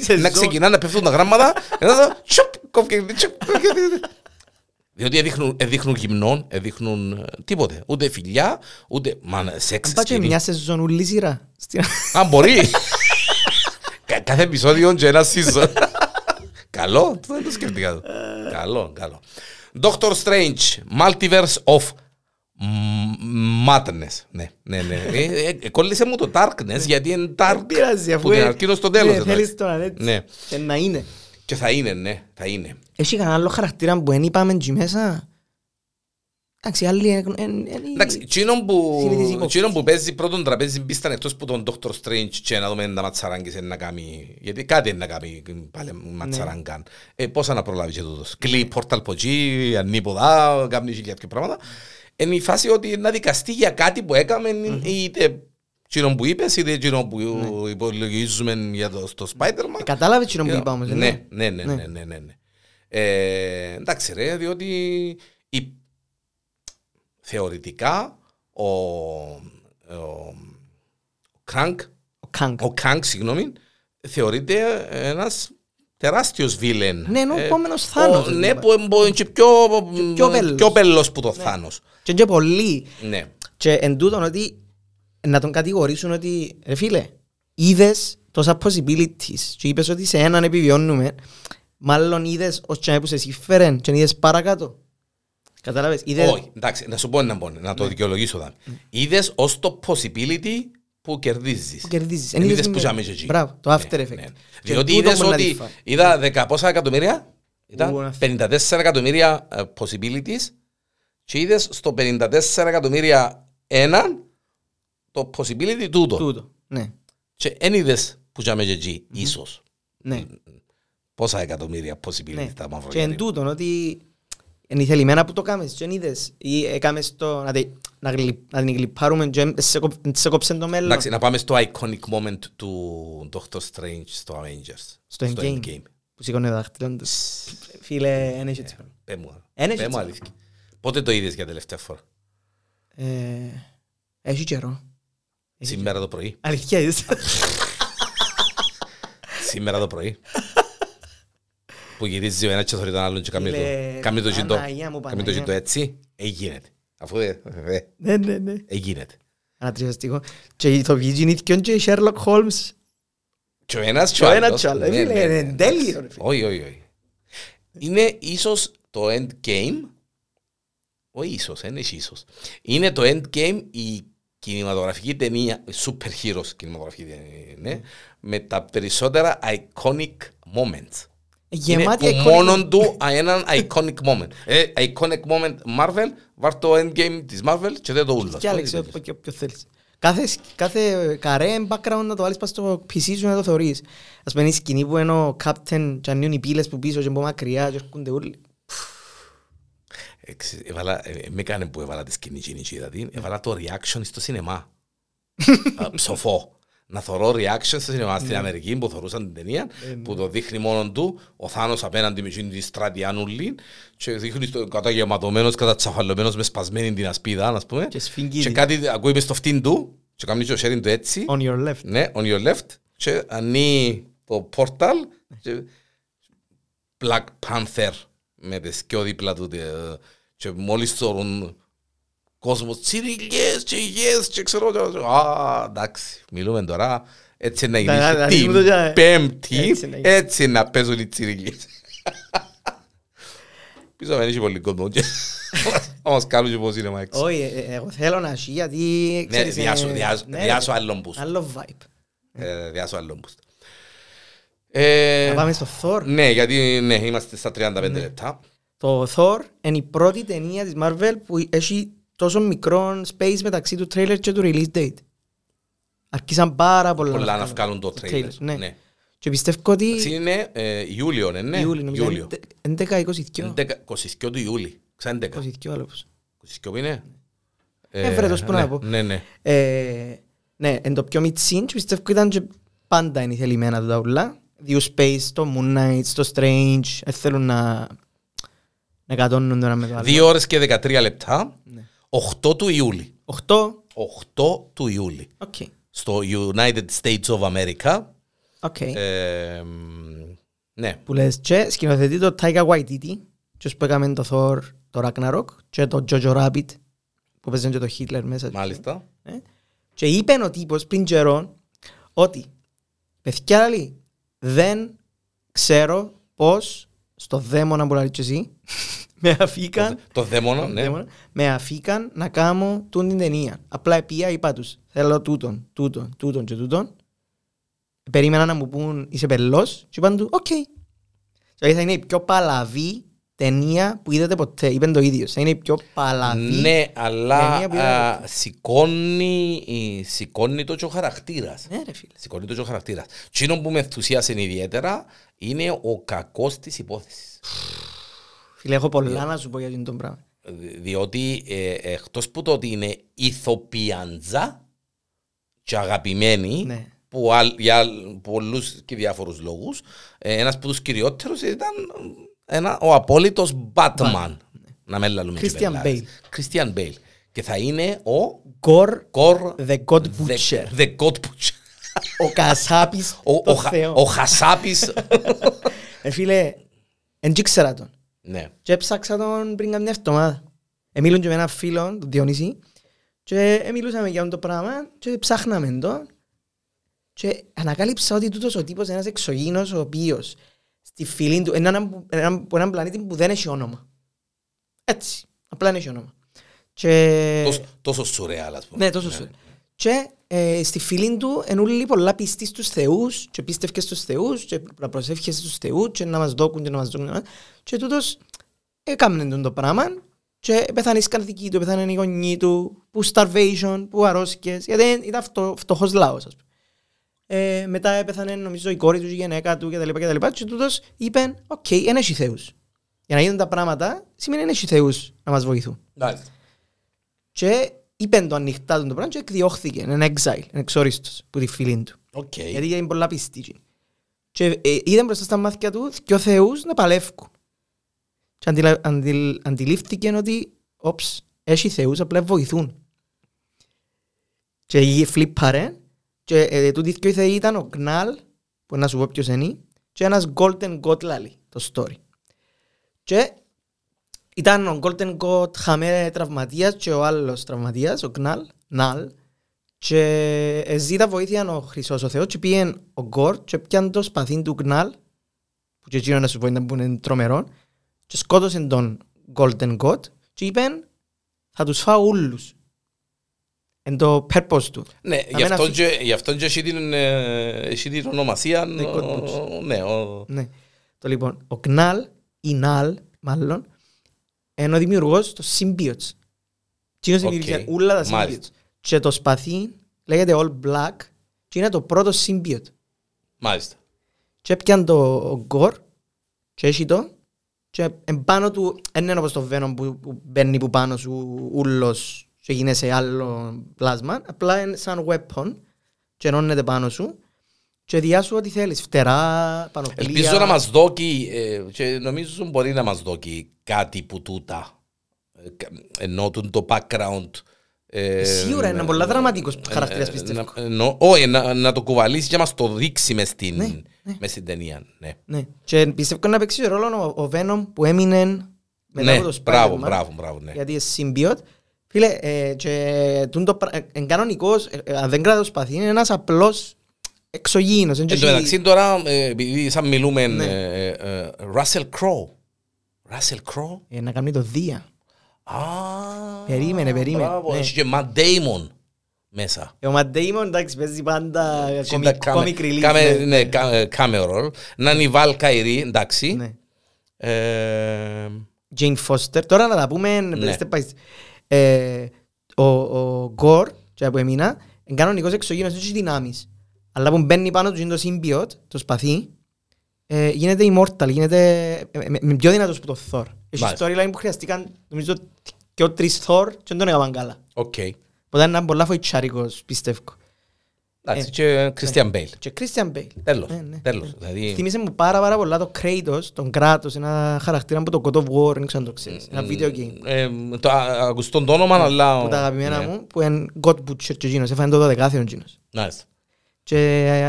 Speaker 2: Σε
Speaker 1: Ε, Να
Speaker 2: ζω.
Speaker 1: ξεκινάνε να πέφτουν τα γράμματα, ενώ θα τσοπ, κόφκε, τσοπ, κόφκε. Διότι εδείχνουν, εδείχνουν γυμνών, εδείχνουν ε, τίποτε. Ούτε φιλιά, ούτε μαν, σεξ.
Speaker 2: Αν πάει και
Speaker 1: σκηνή.
Speaker 2: μια σεζόν ούλη σειρά. Στην-
Speaker 1: Αν μπορεί. Κα- Κάθε επεισόδιο και ένα season. καλό, το δεν το σκέφτηκα. το. καλό, καλό. Doctor Strange, Multiverse of M- Madness. Ναι, ναι, ναι. Ε, ε, ε, Κόλλησε μου το Darkness γιατί είναι Dark.
Speaker 2: Δεν πειράζει αφού...
Speaker 1: Ναι. Που την
Speaker 2: ε,
Speaker 1: αρκεί στο τέλος.
Speaker 2: ναι,
Speaker 1: εντάξει.
Speaker 2: Θέλεις τώρα έτσι.
Speaker 1: Ναι.
Speaker 2: Ε, Να είναι.
Speaker 1: Και θα είναι, ναι, θα είναι.
Speaker 2: Έχει κανένα άλλο χαρακτήρα που δεν είπαμε εκεί μέσα. Εντάξει, άλλοι εν- εν- εν-
Speaker 1: Εντάξει, εκείνον που,
Speaker 2: Συνηθίζει υπόψη.
Speaker 1: εκείνον που παίζει πρώτον τραπέζι πίσταν εκτός που τον Dr. Strange και να δούμε τα ματσαράγκες να κάνει, γιατί κάτι να κάνει πάλι ματσαράγκαν. Ε, πόσα να προλάβεις και τούτος. Κλεί πόρταλ ποτζί, ανίποδα, κάνει χιλιά και πράγματα. Είναι η φάση ότι να δικαστεί για κάτι που έκαμε είτε εκείνον που είπες είτε εκείνον που υπολογίζουμε για το, στο Spider-Man.
Speaker 2: Κατάλαβε τι που είπα όμως. ε,
Speaker 1: Ναι, ναι, ναι, ναι,
Speaker 2: Ναι.
Speaker 1: ναι, ναι, ναι. Ε, εντάξει ρε, διότι η... θεωρητικά ο, ο Κρανκ,
Speaker 2: Ο Κάνκ.
Speaker 1: ο Κάνκ, συγγνώμη, θεωρείται ένας τεράστιος βίλεν. Ε,
Speaker 2: Ναι, είναι ο επόμενος Θάνος,
Speaker 1: ο-
Speaker 2: εν
Speaker 1: Ναι,
Speaker 2: είπα.
Speaker 1: που εμπο- είναι και πιο,
Speaker 2: πιο Ναι. βέλος.
Speaker 1: πιο βέλος που το Θάνος.
Speaker 2: Και είναι και πολλοί.
Speaker 1: Ναι.
Speaker 2: Και εν τούτον ότι να τον κατηγορήσουν ότι ρε φίλε, είδες τόσα possibilities και είπες ότι σε έναν επιβιώνουμε μάλλον είδες ως τσάμε που σε σύφερεν και είδες παρακάτω. Κατάλαβες, είδες...
Speaker 1: Όχι, εντάξει, να σου πω ένα μόνο, να το
Speaker 2: Ναι.
Speaker 1: δικαιολογήσω. Δαν. Είδες ως το possibility που κερδίζεις.
Speaker 2: Που κερδίζεις.
Speaker 1: Δεν
Speaker 2: Εν
Speaker 1: είδες
Speaker 2: με-
Speaker 1: που ζαμείς εκεί.
Speaker 2: Μπράβο, το after
Speaker 1: Ναι,
Speaker 2: effect.
Speaker 1: ναι.
Speaker 2: Και
Speaker 1: Διότι
Speaker 2: τούτο
Speaker 1: είδες
Speaker 2: μπορεί να
Speaker 1: ότι
Speaker 2: λυφά.
Speaker 1: είδα δεκα πόσα εκατομμύρια,
Speaker 2: Ου, να
Speaker 1: ήταν 54 εκατομμύρια ε, possibilities και είδες στο 54 εκατομμύρια έναν το possibility τούτο.
Speaker 2: Τούτο, ναι.
Speaker 1: Και δεν είδες που ζαμείς εκεί, ίσως.
Speaker 2: Ναι.
Speaker 1: Πόσα εκατομμύρια possibilities
Speaker 2: ναι.
Speaker 1: τα
Speaker 2: Και εν
Speaker 1: μαύρογερία.
Speaker 2: τούτον ότι είναι ηθελημένα που το κάμες και εν είδες ή έκαμες το να, τε, να, γλυ, να την γλυπάρουμε και εν- σε, κοπ- σε κόψεν το μέλλον.
Speaker 1: Εντάξει, να πάμε στο iconic moment του Doctor Strange στο Avengers.
Speaker 2: Στο Endgame. Που σηκώνει το δάχτυλο του. Φίλε, εν έχει έτσι πράγμα.
Speaker 1: Ε, Πες μου,
Speaker 2: Εν
Speaker 1: πες
Speaker 2: έχει
Speaker 1: μου
Speaker 2: έτσι.
Speaker 1: αλήθεια. Πότε το είδες για τελευταία φορά.
Speaker 2: Ε, Έχει καιρό. Έχει
Speaker 1: Σήμερα το πρωί.
Speaker 2: Αλήθεια είδες.
Speaker 1: Σήμερα το πρωί. που γυρίζει ο ένας και θωρείς τον άλλον και κάνει το,
Speaker 2: Φίλε,
Speaker 1: κάνει το ζητό.
Speaker 2: Παναγία μου,
Speaker 1: Κάνει το
Speaker 2: Παναγία.
Speaker 1: ζητό έτσι. Εγίνεται. Αφού ε, δεν
Speaker 2: Ναι, ναι, ναι.
Speaker 1: εγίνεται.
Speaker 2: Ανατριχιαστικό. Και η τοπική γεννήθηκαν και η Sherlock Holmes.
Speaker 1: Και ο ένας και
Speaker 2: Και
Speaker 1: ο
Speaker 2: ο ένας
Speaker 1: άλλος.
Speaker 2: και ο άλλος.
Speaker 1: Ναι,
Speaker 2: Φίλε,
Speaker 1: ναι, ναι,
Speaker 2: είναι
Speaker 1: εντάξει.
Speaker 2: τέλειο, ρε φίλε.
Speaker 1: Όχι, όχι, όχι. Είναι ίσως το endgame. Όχι ίσως, δεν έχει ίσως. Είναι το endgame η κινηματογραφική ταινία, super heroes κινηματογραφική ταινία, ναι, με τα περισσότερα iconic moments.
Speaker 2: Γεμάτη
Speaker 1: είναι
Speaker 2: εικόνα.
Speaker 1: που μόνον του έναν iconic moment. Ε, iconic moment Marvel, βάρ το endgame της Marvel και δεν το ούλος.
Speaker 2: Και άλλαξε όποιο- και όποιο θέλεις. Κάθε, κάθε καρέ background να το βάλεις πας στο PC σου να το θεωρείς. Ας πούμε είναι η σκηνή που είναι ο Captain και ανοίγουν οι πύλες που πίσω και από μακριά και έρχονται όλοι.
Speaker 1: Εξ- έβαλα- ε, με έκανε που έβαλα τη σκηνή εκείνη και είδα την, έβαλα το reaction στο σινεμά. Α, Ψοφό. Να θωρώ reaction στο σινεμά
Speaker 2: Ναι.
Speaker 1: στην Αμερική που θωρούσαν την ταινία,
Speaker 2: Ε,
Speaker 1: που το δείχνει μόνον του, ο Θάνος απέναντι με εκείνη τη στρατιάνουλη και δείχνει στο καταγεματωμένος, κατατσαφαλωμένος με σπασμένη την ασπίδα, ας πούμε.
Speaker 2: Και
Speaker 1: Και
Speaker 2: σφιγγίδι.
Speaker 1: κάτι ακούει μες στο φτύν του και κάνει και ο sharing του έτσι.
Speaker 2: On your left.
Speaker 1: Ναι, on your left. Και ανοίγει το Portal και Black Panther με τις πιο δίπλα του τε- και μόλις θωρούν κόσμος τσιριλιές και yes και ξέρω και- α, εντάξει, μιλούμε τώρα έτσι να
Speaker 2: Να- να- να
Speaker 1: γίνει
Speaker 2: ρίχνουμε το
Speaker 1: την
Speaker 2: και-
Speaker 1: πέμπτη
Speaker 2: έτσι να γίνει.
Speaker 1: έτσι να παίζουν οι τσιριλιές Πίσω με έχει πολύ κόσμο και όμως κάνουν και πως είναι μα έξω.
Speaker 2: Όχι, ε, ε, εγώ θέλω να ζει γιατί...
Speaker 1: Ναι,
Speaker 2: ξέρεις,
Speaker 1: διάσου-
Speaker 2: είναι-
Speaker 1: διάσου-
Speaker 2: ναι,
Speaker 1: διάσου άλλον boost.
Speaker 2: Άλλο vibe.
Speaker 1: Ε, Διάσου άλλον boost.
Speaker 2: Να
Speaker 1: Ε,
Speaker 2: πάμε στο Thor.
Speaker 1: Ναι, γιατί ναι, είμαστε στα 35 λεπτά.
Speaker 2: Το Thor είναι η πρώτη ταινία της Marvel που έχει τόσο μικρό space μεταξύ του trailer και του release date. Αρκίσαν πάρα πολλά,
Speaker 1: Πολλά να βγάλουν το
Speaker 2: Το
Speaker 1: τρέιλερ.
Speaker 2: trailer, ναι.
Speaker 1: Ναι.
Speaker 2: Και πιστεύω ότι
Speaker 1: Εντάξει, Είναι ε, Ιούλιο, ναι, ναι.
Speaker 2: Ιούλιο, νομίζω,
Speaker 1: Ιούλιο.
Speaker 2: είναι τε- 11-22.
Speaker 1: 11, 22 του Ιούλη. Ξαν 11.
Speaker 2: 22 άλλος.
Speaker 1: 22 είναι.
Speaker 2: Ε, βρε, τόσο που να
Speaker 1: ναι,
Speaker 2: πω.
Speaker 1: Ναι, ναι.
Speaker 2: Ε, ναι, εν το πιο μιτσίν και πιστεύω ήταν και πάντα είναι θελημένα τα ούλα. Δύο Space, το Moon Knight, το Strange, δεν θέλουν να, να κατώνουν το ένα με το άλλο.
Speaker 1: 2 ώρες και 13 λεπτά.
Speaker 2: Ναι.
Speaker 1: 8 του Ιούλη.
Speaker 2: Οχτώ,
Speaker 1: 8 του Ιούλη.
Speaker 2: οκ,
Speaker 1: Στο United States of America.
Speaker 2: οκ.
Speaker 1: Ε, μ, ναι.
Speaker 2: Που λες και σκηνοθετεί το Taika Waititi, και που έκαμε το Thor, το Ragnarok και το Jojo Rabbit που παίζανε και το Hitler μέσα.
Speaker 1: Μάλιστα.
Speaker 2: Ε. Και είπε ο τύπος πριν καιρό ότι παιδιά λέει, δεν ξέρω πώς στο δαίμονα που λέει και εσύ με
Speaker 1: Το,
Speaker 2: αφήκαν
Speaker 1: το δαίμονα,
Speaker 2: το
Speaker 1: ναι.
Speaker 2: δαίμονα, με αφήκαν να κάνω τούν την ταινία. Απλά επία είπα τους θέλω τούτον, τούτον, τούτον και τούτον. Περίμενα να μου πούν είσαι πελός και είπαν του οκ. Δηλαδή θα είναι η πιο παλαβή ταινία που είδατε ποτέ. Είπαν το ίδιο. Θα είναι η πιο παλαβή.
Speaker 1: Ναι, αλλά
Speaker 2: ταινία που
Speaker 1: α, σηκώνει, ε, σηκώνει το και ο χαρακτήρας.
Speaker 2: Ναι, ρε φίλε.
Speaker 1: Σηκώνει το και ο χαρακτήρας. Τσίνο που με ενθουσίασε ιδιαίτερα είναι ο κακός της υπόθεσης.
Speaker 2: Φίλε, έχω
Speaker 1: Ναι.
Speaker 2: πολλά να σου πω για αυτό το πράγμα.
Speaker 1: Δι- Διότι ε, εκτός που το ότι είναι ηθοποιάντζα και αγαπημένη,
Speaker 2: Ναι.
Speaker 1: που αλ- για αλ- πολλούς και διάφορους λόγους, ε, ένας από τους κυριότερους ήταν ε, ένα, ο απόλυτος Batman. Να με λαλούμε και
Speaker 2: Christian
Speaker 1: πελάρες. Christian Bale. Και θα είναι ο
Speaker 2: Γκορ
Speaker 1: Κορ
Speaker 2: The God
Speaker 1: The-
Speaker 2: Butcher.
Speaker 1: The God Butcher.
Speaker 2: Ο Κασάπης
Speaker 1: Ο- ο
Speaker 2: το
Speaker 1: Χα-
Speaker 2: Θεό.
Speaker 1: Ο Χασάπης.
Speaker 2: Ε, φίλε, εν τζι ξέρα τον.
Speaker 1: Ναι.
Speaker 2: Και έψαξα τον πριν καμιά εβδομάδα. Εμίλουν και με έναν φίλο, τον Διονύση, και ε, μιλούσαμε για αυτό το πράγμα και ψάχναμε το. Και ανακάλυψα ότι τούτος ο τύπος είναι ένας εξωγήινος ο οποίος στη φυλή του, έναν, που- έναν, που- έναν πλανήτη που δεν έχει όνομα. Έτσι, απλά δεν έχει όνομα. Και...
Speaker 1: Τόσο- Τόσο σουρεάλ, ας πούμε.
Speaker 2: Ε. Ναι, τόσο σου. Και ε, στη φίλη του ενούλοι πολλά πιστοί στους θεούς και πίστευκες στους θεούς και να προσεύχεσαι στους θεούς και να μας δόκουν και να μας δόκουν. να μας- Και τούτος έκαμνε τον το πράγμα και πέθανε η σκαρδική του, πέθανε η γονή του, που starvation, που αρρώσκες, γιατί ήταν φτω, φτωχός λαός, ας πούμε. Ε, μετά πέθανε νομίζω η κόρη τους, και η γυναίκα του κτλ. Και, τα λοιπά, και τούτος είπε, οκ, okay, δεν έχει θεούς. Για να γίνουν τα πράγματα, σημαίνει δεν έχει θεούς να μας βοηθούν.
Speaker 1: Μάλιστα.
Speaker 2: Και είπε το ανοιχτά του το πράγμα και εκδιώχθηκε. Είναι ένα exile, ένα εξόριστος που τη φίλη του.
Speaker 1: Οκ.
Speaker 2: Γιατί είναι πολλά πιστή. εκείνη. Και ε, είδε μπροστά στα μάτια του και ο Θεούς να παλεύκουν. Και αντιλα, αντιλ, αντιλήφθηκε ότι όψ, έχει Θεούς, απλά βοηθούν. Και είχε φλίπαρε. Και ε, τούτοι δυο οι Θεοί ήταν ο Γκνάλ, που να σου πω ποιος είναι, και ένας Golden God Lally, το story. Και ήταν ο Golden God χαμέ τραυματίας και ο άλλος τραυματίας, ο Γκνάλ, Νάλ. Και ζήτα βοήθεια ο Χρυσός ο Θεός και πήγε ο Γκορ και πιάνε το σπαθί του Γκνάλ, που και εκείνο να σου πω ήταν που είναι τρομερό, και σκότωσε τον Golden God και είπε θα τους φάω όλους. Εν το purpose του.
Speaker 1: Ναι,
Speaker 2: Να
Speaker 1: γι'
Speaker 2: μην
Speaker 1: αυτόν
Speaker 2: αφήσει-
Speaker 1: και- γι' αυτόν και έχει την, ε, έχει την ονομασία.
Speaker 2: The God Butcher.
Speaker 1: ο- Ναι, ο-
Speaker 2: Ναι. Το λοιπόν, ο Γκνάλ, η Νάλ, μάλλον, είναι ο δημιουργός των Symbiotes. Τι
Speaker 1: Οκ.
Speaker 2: δημιουργήσε όλα τα
Speaker 1: Μάλιστα.
Speaker 2: Symbiotes. Και το σπαθί λέγεται All Black και είναι το πρώτο Symbiote.
Speaker 1: μάλιστα.
Speaker 2: και έπιαν το γκορ και έχει το και επάνω του δεν είναι όπως το βένο που, που μπαίνει που πάνω σου ούλος και γίνεσαι άλλο πλάσμα απλά είναι σαν weapon και ενώνεται πάνω σου και διάσου ό,τι θέλεις φτερά, πανοπλία
Speaker 1: Ελπίζω να μας δώκει, ε, και νομίζω μπορεί να μας δώκει κάτι που τούτα. Ε, κα- Ενώ τον το background. ε,
Speaker 2: Σίγουρα είναι
Speaker 1: ε,
Speaker 2: πολλά
Speaker 1: ε,
Speaker 2: δραματικός
Speaker 1: ε,
Speaker 2: χαρακτήρας,
Speaker 1: ε,
Speaker 2: πιστεύω.
Speaker 1: να- ενώ- Όχι, να να το κουβαλήσει και να μας το δείξει μες στην... Μες στην ταινία, ναι.
Speaker 2: Ναι. Και πιστεύω να παίξει ρόλο ο- ο Βένομ που έμεινε μετά
Speaker 1: Ναι,
Speaker 2: από το
Speaker 1: μπράβο,
Speaker 2: Spider-Man,
Speaker 1: μπράβο, μπράβο, ναι.
Speaker 2: Γιατί είναι symbiote. Φίλε, ε, και τούν το πρα- ε, εν κανονικός, ε, ε, αν δεν κρατώ σπαθί, είναι ένας απλός εξωγήινος. Εν
Speaker 1: Εν τω
Speaker 2: έχει-
Speaker 1: μεταξύ τώρα, ε, επειδή σαν μιλούμε,
Speaker 2: Ναι.
Speaker 1: ε, ε, ε, eh, Russell Crowe. Russell Crowe. Ah,
Speaker 2: Ε, να κάνει το Δία.
Speaker 1: Α,
Speaker 2: Περίμενε, περίμενε,
Speaker 1: μπράβο,
Speaker 2: ναι.
Speaker 1: Έχει και Matt Damon μέσα.
Speaker 2: Ε, Ο Matt Damon, εντάξει, παίζει πάντα
Speaker 1: Κάμε-
Speaker 2: κόμικ release.
Speaker 1: κάμε-
Speaker 2: ναι.
Speaker 1: Ναι, κα- ε, cameo role. Να είναι η eh, Val Kyrie, εντάξει.
Speaker 2: Ναι.
Speaker 1: Ε,
Speaker 2: Jane Foster. Τώρα να τα πούμε
Speaker 1: Ναι.
Speaker 2: step by step. Ε, ο, ο Γκορ, και που έμεινα, είναι κανονικός εξωγήινος, δεν έχει δυνάμεις. Αλλά που μπαίνει πάνω του είναι το symbiote, το σπαθί, ε, γίνεται immortal, γίνεται ε, ε, με- πιο δυνατός που το Thor. Έχει
Speaker 1: Μάλιστα.
Speaker 2: storyline που χρειαστήκαν, νομίζω, και ο τρεις Thor και δεν τον έκαναν καλά.
Speaker 1: Οκ.
Speaker 2: Οπότε είναι πολλά φοητσάρικος, πιστεύω. Eh.
Speaker 1: Εντάξει, και Christian Bale.
Speaker 2: Και Christian Bale.
Speaker 1: Τέλος,
Speaker 2: Ε, ναι.
Speaker 1: τέλος. Δηλαδή,
Speaker 2: Θύμισε μου πάρα πάρα πολλά το Kratos, τον Κράτος, ένα χαρακτήρα από το God of War, δεν ξέρω αν το ξέρεις, ένα video game.
Speaker 1: ε, το α- ακουστώ το όνομα, αλλά...
Speaker 2: που τα αγαπημένα
Speaker 1: ναι.
Speaker 2: μου, που είναι God Butcher και εκείνος, έφανε το δωδεκάθιον εκείνος.
Speaker 1: Μάλιστα.
Speaker 2: Και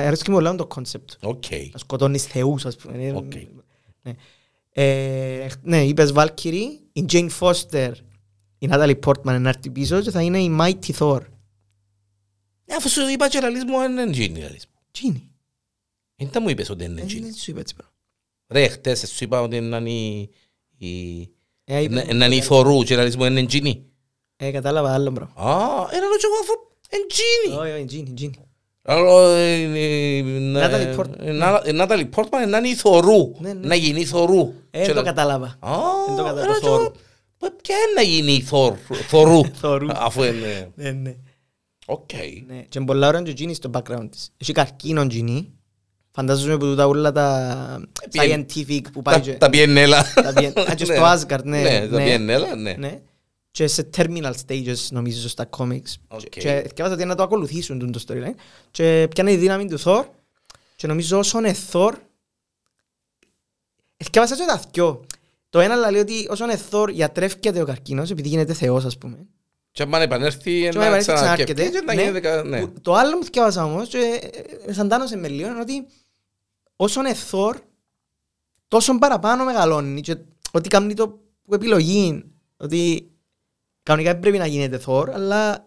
Speaker 2: αρέσκει μου πολλά το κόνσεπτ.
Speaker 1: Οκ.
Speaker 2: Να σκοτώνεις θεούς, ας πούμε. Ε,
Speaker 1: Οκ.
Speaker 2: ναι. Ε, ναι, είπες Valkyrie, η Jane Foster, η Natalie Portman να έρθει πίσω και θα είναι η Mighty Thor.
Speaker 1: Ε, Αφού σου είπα και ραλείς μου, είναι γίνει ραλείς μου.
Speaker 2: Τζίνι.
Speaker 1: Ε, Δεν μου είπες ότι είναι
Speaker 2: Δεν
Speaker 1: γίνει.
Speaker 2: σου είπα έτσι πράγμα.
Speaker 1: Ρε, χτες σου είπα ότι είναι η... η-
Speaker 2: Ε, είπες μου,
Speaker 1: Είναι ναι, η θορού και ραλείς μου, είναι γίνει.
Speaker 2: Ε, κατάλαβα άλλο πράγμα.
Speaker 1: Α, ένα λόγο εγώ αφού... Είναι γίνει.
Speaker 2: Όχι, όχι, Τζίνι, Τζίνι.
Speaker 1: ε,
Speaker 2: Natalie Portman.
Speaker 1: Νάταλι ε, Πόρτμαν να είναι η θορού.
Speaker 2: Ναι, ναι.
Speaker 1: Να γίνει η θορού.
Speaker 2: Ε,
Speaker 1: Και
Speaker 2: το
Speaker 1: να-
Speaker 2: κατάλαβα.
Speaker 1: Α,
Speaker 2: Δεν το κατάλαβα,
Speaker 1: ένα
Speaker 2: το θορού.
Speaker 1: και- Πε- Ποια είναι να γίνει η θορ- θορού.
Speaker 2: Θορού.
Speaker 1: Αφού είναι...
Speaker 2: Ναι, ναι.
Speaker 1: Οκ.
Speaker 2: Ναι, και είναι πολλά ωραία και Ginny στο background της. Έχει καρκίνο Ginny. Φαντάζομαι που τούτα όλα τα
Speaker 1: πιεν-
Speaker 2: scientific που πάει
Speaker 1: Τα-
Speaker 2: και...
Speaker 1: Τα πιενέλα.
Speaker 2: τα πιεν- Α, και στο Asgard, ναι.
Speaker 1: Ναι, τα
Speaker 2: ναι,
Speaker 1: πιενέλα, ναι.
Speaker 2: ναι. Και σε terminal stages νομίζω στα comics.
Speaker 1: Οκ.
Speaker 2: Και- Και διάβαζα ότι είναι να το ακολουθήσουν τούτο το storyline. Και πιάνε η δύναμη του Thor. Και νομίζω όσο είναι Ε, Thor... Διάβαζα και τα δυο. Το ένα λέει ότι όσο είναι Thor γιατρεύκεται ο καρκίνος επειδή γίνεται θεός ας πούμε.
Speaker 1: Και άμα επανέρθει
Speaker 2: Και άμα
Speaker 1: να
Speaker 2: έρθει
Speaker 1: ξαναρκευτεί και
Speaker 2: ξανάρκεται,
Speaker 1: να
Speaker 2: ναι.
Speaker 1: γίνεται κα- ναι.
Speaker 2: Που- Το άλλο μου θυκιάβασα όμως και ε, ε, σαντάνωσε με λίγο είναι ότι όσο είναι Thor τόσο παραπάνω μεγαλώνει και ότι κάνει το που επιλογή ότι κανονικά δεν πρέπει να γίνεται Thor αλλά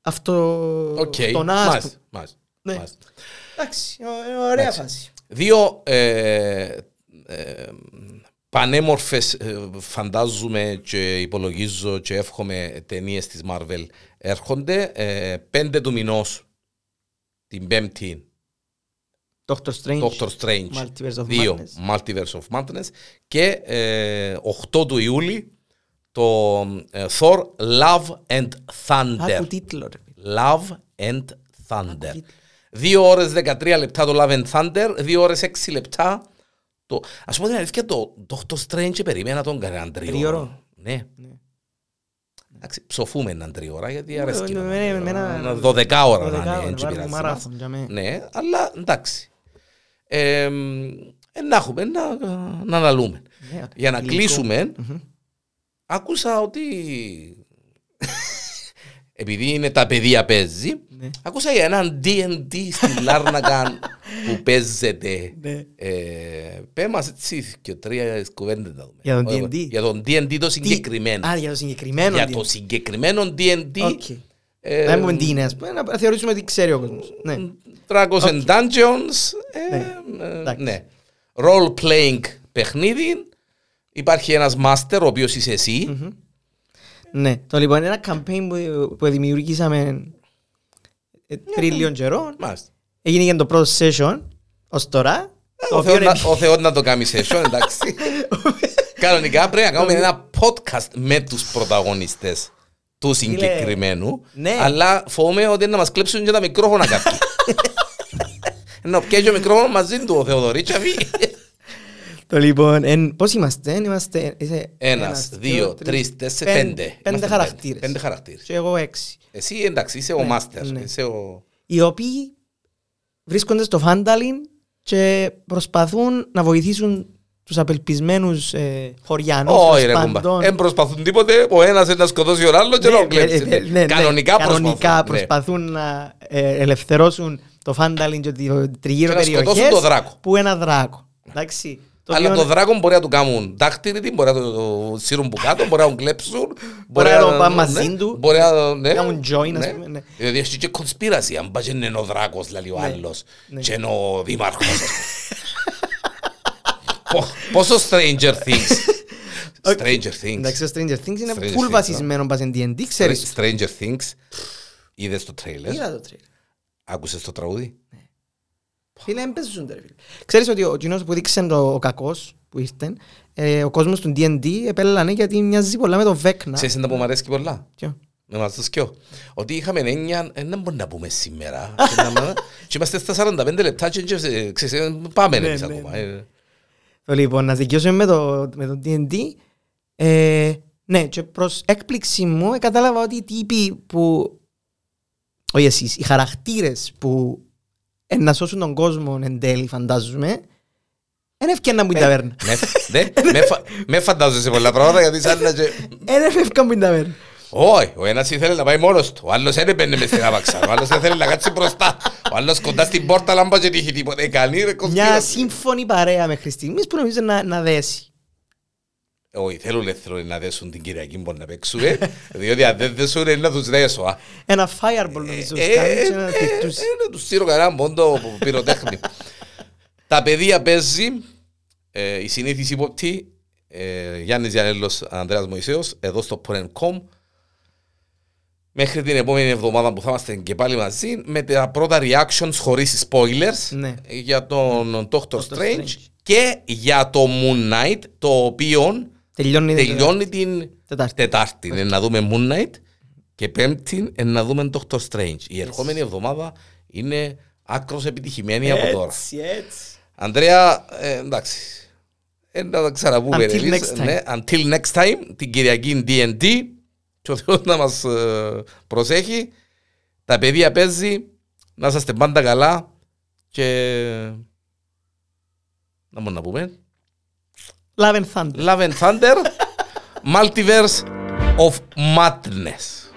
Speaker 2: αυτό
Speaker 1: Οκ.
Speaker 2: τον
Speaker 1: Μάλιστα,
Speaker 2: άσπου.
Speaker 1: μάλιστα,
Speaker 2: Ναι.
Speaker 1: μάλιστα.
Speaker 2: Εντάξει, ω- ω- ωραία
Speaker 1: Εντάξει.
Speaker 2: φάση.
Speaker 1: Δύο ε, ε, πανέμορφες ε, φαντάζομαι και υπολογίζω και εύχομαι ταινίες της Marvel έρχονται ε, πέντε του μηνός την πέμπτη
Speaker 2: Doctor Strange.
Speaker 1: Doctor Strange
Speaker 2: Multiverse of
Speaker 1: 2
Speaker 2: Madness.
Speaker 1: Multiverse of Madness και ε, 8 του Ιούλη το ε, Thor Love and Thunder
Speaker 2: Άκου τίτλο ρε.
Speaker 1: Love and Thunder.
Speaker 2: Ακούγεται.
Speaker 1: 2 ώρες 13 λεπτά το Love and Thunder, 2 ώρες 6 λεπτά το... Ας πούμε την αλήθεια, το Doctor Strange περίμενα τον κανέναν τριώρο.
Speaker 2: Τριώρο.
Speaker 1: Ναι.
Speaker 2: Ναι.
Speaker 1: Εντάξει, ψοφούμε έναν τριώρα γιατί αρέσκει.
Speaker 2: Ε,
Speaker 1: έναν
Speaker 2: ε, ε,
Speaker 1: τριώρα.
Speaker 2: εμένα-
Speaker 1: Ένα Δωδεκά ώρα να
Speaker 2: Δωδεκά
Speaker 1: είναι,
Speaker 2: ώρα,
Speaker 1: έτσι
Speaker 2: βάλουμε
Speaker 1: πειράζει μας.
Speaker 2: marathon για μέ.
Speaker 1: Ναι, αλλά εντάξει. Ε, ε, να έχουμε, να, να αναλούμε.
Speaker 2: Ναι,
Speaker 1: Για να
Speaker 2: υλικό.
Speaker 1: κλείσουμε,
Speaker 2: Μμμ.
Speaker 1: άκουσα ότι επειδή είναι τα παιδιά παίζει,
Speaker 2: Ναι.
Speaker 1: άκουσα για έναν D&D στη Λάρναγκαν που παίζεται.
Speaker 2: Ναι.
Speaker 1: Ε, πέ μας έτσι και τρία κουβέντες να δούμε.
Speaker 2: Για τον
Speaker 1: Όχι,
Speaker 2: D&D.
Speaker 1: Για τον D&D το συγκεκριμένο.
Speaker 2: Α, για το συγκεκριμένο.
Speaker 1: για
Speaker 2: τι-
Speaker 1: το συγκεκριμένο D&D.
Speaker 2: Οκ.
Speaker 1: ε,
Speaker 2: Να μην πούμε τι είναι, ας πούμε, να θεωρήσουμε ότι ξέρει ο κόσμος. Ναι.
Speaker 1: Dragons and Dungeons. ε, ε,
Speaker 2: εντάξει.
Speaker 1: ναι. Role playing παιχνίδι. Υπάρχει ένας master, ο οποίος είσαι εσύ.
Speaker 2: ναι. Το λοιπόν είναι ένα campaign που, που δημιουργήσαμε
Speaker 1: Ναι,
Speaker 2: ε, τρίλιον καιρών.
Speaker 1: Μάλιστα.
Speaker 2: Έγινε και το πρώτο session ως τώρα. Το
Speaker 1: Ε, Ο
Speaker 2: οποίο
Speaker 1: Θεός
Speaker 2: είναι...
Speaker 1: να- Ο Θεός να το κάνει session, εντάξει. Κανονικά πρέπει να κάνουμε ένα podcast με τους πρωταγωνιστές του συγκεκριμένου.
Speaker 2: ναι.
Speaker 1: Αλλά φοβούμαι ότι να μας κλέψουν και τα μικρόφωνα κάποιοι. Να πιέσει το μικρόφωνο μαζί του ο Θεοδωρήτσαβη.
Speaker 2: Το λοιπόν, εν, πώς είμαστε, είμαστε... Είσαι,
Speaker 1: Ένας, δύο, τρεις, τέσσερις, πέντε. Είμαστε
Speaker 2: Πέντε χαρακτήρες.
Speaker 1: Πέντε χαρακτήρες.
Speaker 2: Και εγώ έξι.
Speaker 1: Εσύ εντάξει, είσαι ο
Speaker 2: Ναι,
Speaker 1: μάστερ.
Speaker 2: ναι.
Speaker 1: Είσαι ο...
Speaker 2: Οι οποίοι βρίσκονται στο Φάνταλιν και προσπαθούν να βοηθήσουν τους απελπισμένους ε, χωριανούς,
Speaker 1: Όχι
Speaker 2: τους
Speaker 1: ρε κουμπά.
Speaker 2: παντών.
Speaker 1: Δεν προσπαθούν τίποτε. Ο ένας είναι να σκοτώσει τον άλλο και να
Speaker 2: Ναι,
Speaker 1: τον κλέψει.
Speaker 2: ναι, ναι, ναι.
Speaker 1: Κανονικά
Speaker 2: Κανονικά
Speaker 1: προσπαθούν. ναι.
Speaker 2: προσπαθούν να ε, ελευθερώσουν το Φάνταλιν και το τριγύρω
Speaker 1: Και να σκοτώσουν
Speaker 2: περιοχές
Speaker 1: το δράκο.
Speaker 2: που ένα δράκο. Εντάξει. το
Speaker 1: Αλλά
Speaker 2: οποίο-
Speaker 1: το δράκο μπορεί να του κάνουν δάκτυλη, μπορεί να το σύρουν που κάτω, μπορεί να τον κλέψουν.
Speaker 2: να το πάνε
Speaker 1: ναι,
Speaker 2: μαζί του,
Speaker 1: Μπορεί να ναι,
Speaker 2: κάνουν join, ας
Speaker 1: ναι.
Speaker 2: πούμε, ναι.
Speaker 1: Δηλαδή έχει και κονσπίραση, αν πάει είναι ο δράκος, λέει ο άλλος,
Speaker 2: ναι.
Speaker 1: και είναι ο δήμαρχος. ας πούμε. Πο- Πόσο Stranger Things. Stranger Things.
Speaker 2: Εντάξει, το Stranger Things είναι
Speaker 1: Stranger
Speaker 2: full
Speaker 1: Things, ναι.
Speaker 2: βασισμένο πας εν D&D, ξέρεις.
Speaker 1: Stranger Things. Είδες το τρέιλερ,
Speaker 2: Είδα το τρίλ.
Speaker 1: άκουσες το τραγούδι.
Speaker 2: Φίλε, δεν παίζουν τα ρε φίλε. Ξέρεις ότι ο κοινός που δείξε το, ο κακός που ήρθε, ε, ο κόσμος του D&D επέλανε γιατί μοιάζει πολλά με το Vecna.
Speaker 1: Ξέρεις να που μου αρέσει πολλά.
Speaker 2: Ποιο?
Speaker 1: Να μας το σκιώ. Ότι είχαμε έννοια, ε, δεν μπορούμε να πούμε σήμερα. Και να- Και είμαστε στα 45 λεπτά και και, ε, ξέρεις, ε, πάμε
Speaker 2: Ναι,
Speaker 1: εμείς
Speaker 2: ναι,
Speaker 1: ακόμα.
Speaker 2: ναι.
Speaker 1: ε.
Speaker 2: Το λοιπόν, να δικαιώσουμε με το, με το D&D. Ε, ναι, και προς έκπληξη μου ε, κατάλαβα ότι οι τύποι που... Όχι εσείς, οι χαρακτήρες που ε, να σώσουν τον κόσμο εν τέλει φαντάζομαι, δεν ευκαιρναν που την ταβέρνα.
Speaker 1: Με- ναι, με φα- Με φαντάζεσαι πολλά πράγματα γιατί σαν να και-
Speaker 2: Δεν ευκαιρναν που την ταβέρνα.
Speaker 1: Όχι, ο ένας ήθελε να πάει μόνος του, ο άλλος δεν έπαιρνε μες στην άπαξα, ο άλλος ήθελε να κάτσει μπροστά, ο άλλος κοντά στην πόρτα αλλά μπα και τύχει τίποτα. Ε, Κανεί ρε
Speaker 2: Μια
Speaker 1: κοστίδας.
Speaker 2: σύμφωνη παρέα μέχρι στιγμής που νομίζω να, να δέσει.
Speaker 1: Όχι, θέλουν εθροί να δέσουν την Κυριακή μπορεί να παίξουμε, διότι αν δεν δέσουν είναι να τους δέσω. α.
Speaker 2: Ένα fireball νομίζω.
Speaker 1: Ε,
Speaker 2: κάνει
Speaker 1: ε,
Speaker 2: και να
Speaker 1: ε,
Speaker 2: θυχτούσει.
Speaker 1: ε, Να τους στείλω κανένα πόντο που πυροτέχνη. Τα παιδεία παίζει, ε, η συνήθιση υποπτή, ε, Γιάννης Γιανέλος, Ανδρέας Μωυσέος, εδώ στο Porn.com. Μέχρι την επόμενη εβδομάδα που θα είμαστε και πάλι μαζί με τα πρώτα reactions χωρίς spoilers
Speaker 2: Ναι.
Speaker 1: για τον Doctor Strange
Speaker 2: Strange.
Speaker 1: και για το Moon Knight το οποίο
Speaker 2: Ε, Τελειώνει.
Speaker 1: τελειώνει την
Speaker 2: Τετάρτη.
Speaker 1: Τετάρτη είναι να δούμε Moon Knight και Πέμπτη είναι να δούμε Doctor Strange. Η ερχόμενη εβδομάδα είναι άκρος επιτυχημένη από τώρα.
Speaker 2: Έτσι, έτσι.
Speaker 1: Αντρέα, ε, εντάξει. Ε, να τα ξαναπούμε.
Speaker 2: Until
Speaker 1: εμείς.
Speaker 2: next time.
Speaker 1: Ναι, until next time, την Κυριακή D&D. Και ο Θεός να μας ε, προσέχει. Τα παιδιά παίζει. Να είστε πάντα καλά. Και να μπορούμε να πούμε.
Speaker 2: Love and thunder.
Speaker 1: Love and Thunder, Multiverse of Madness.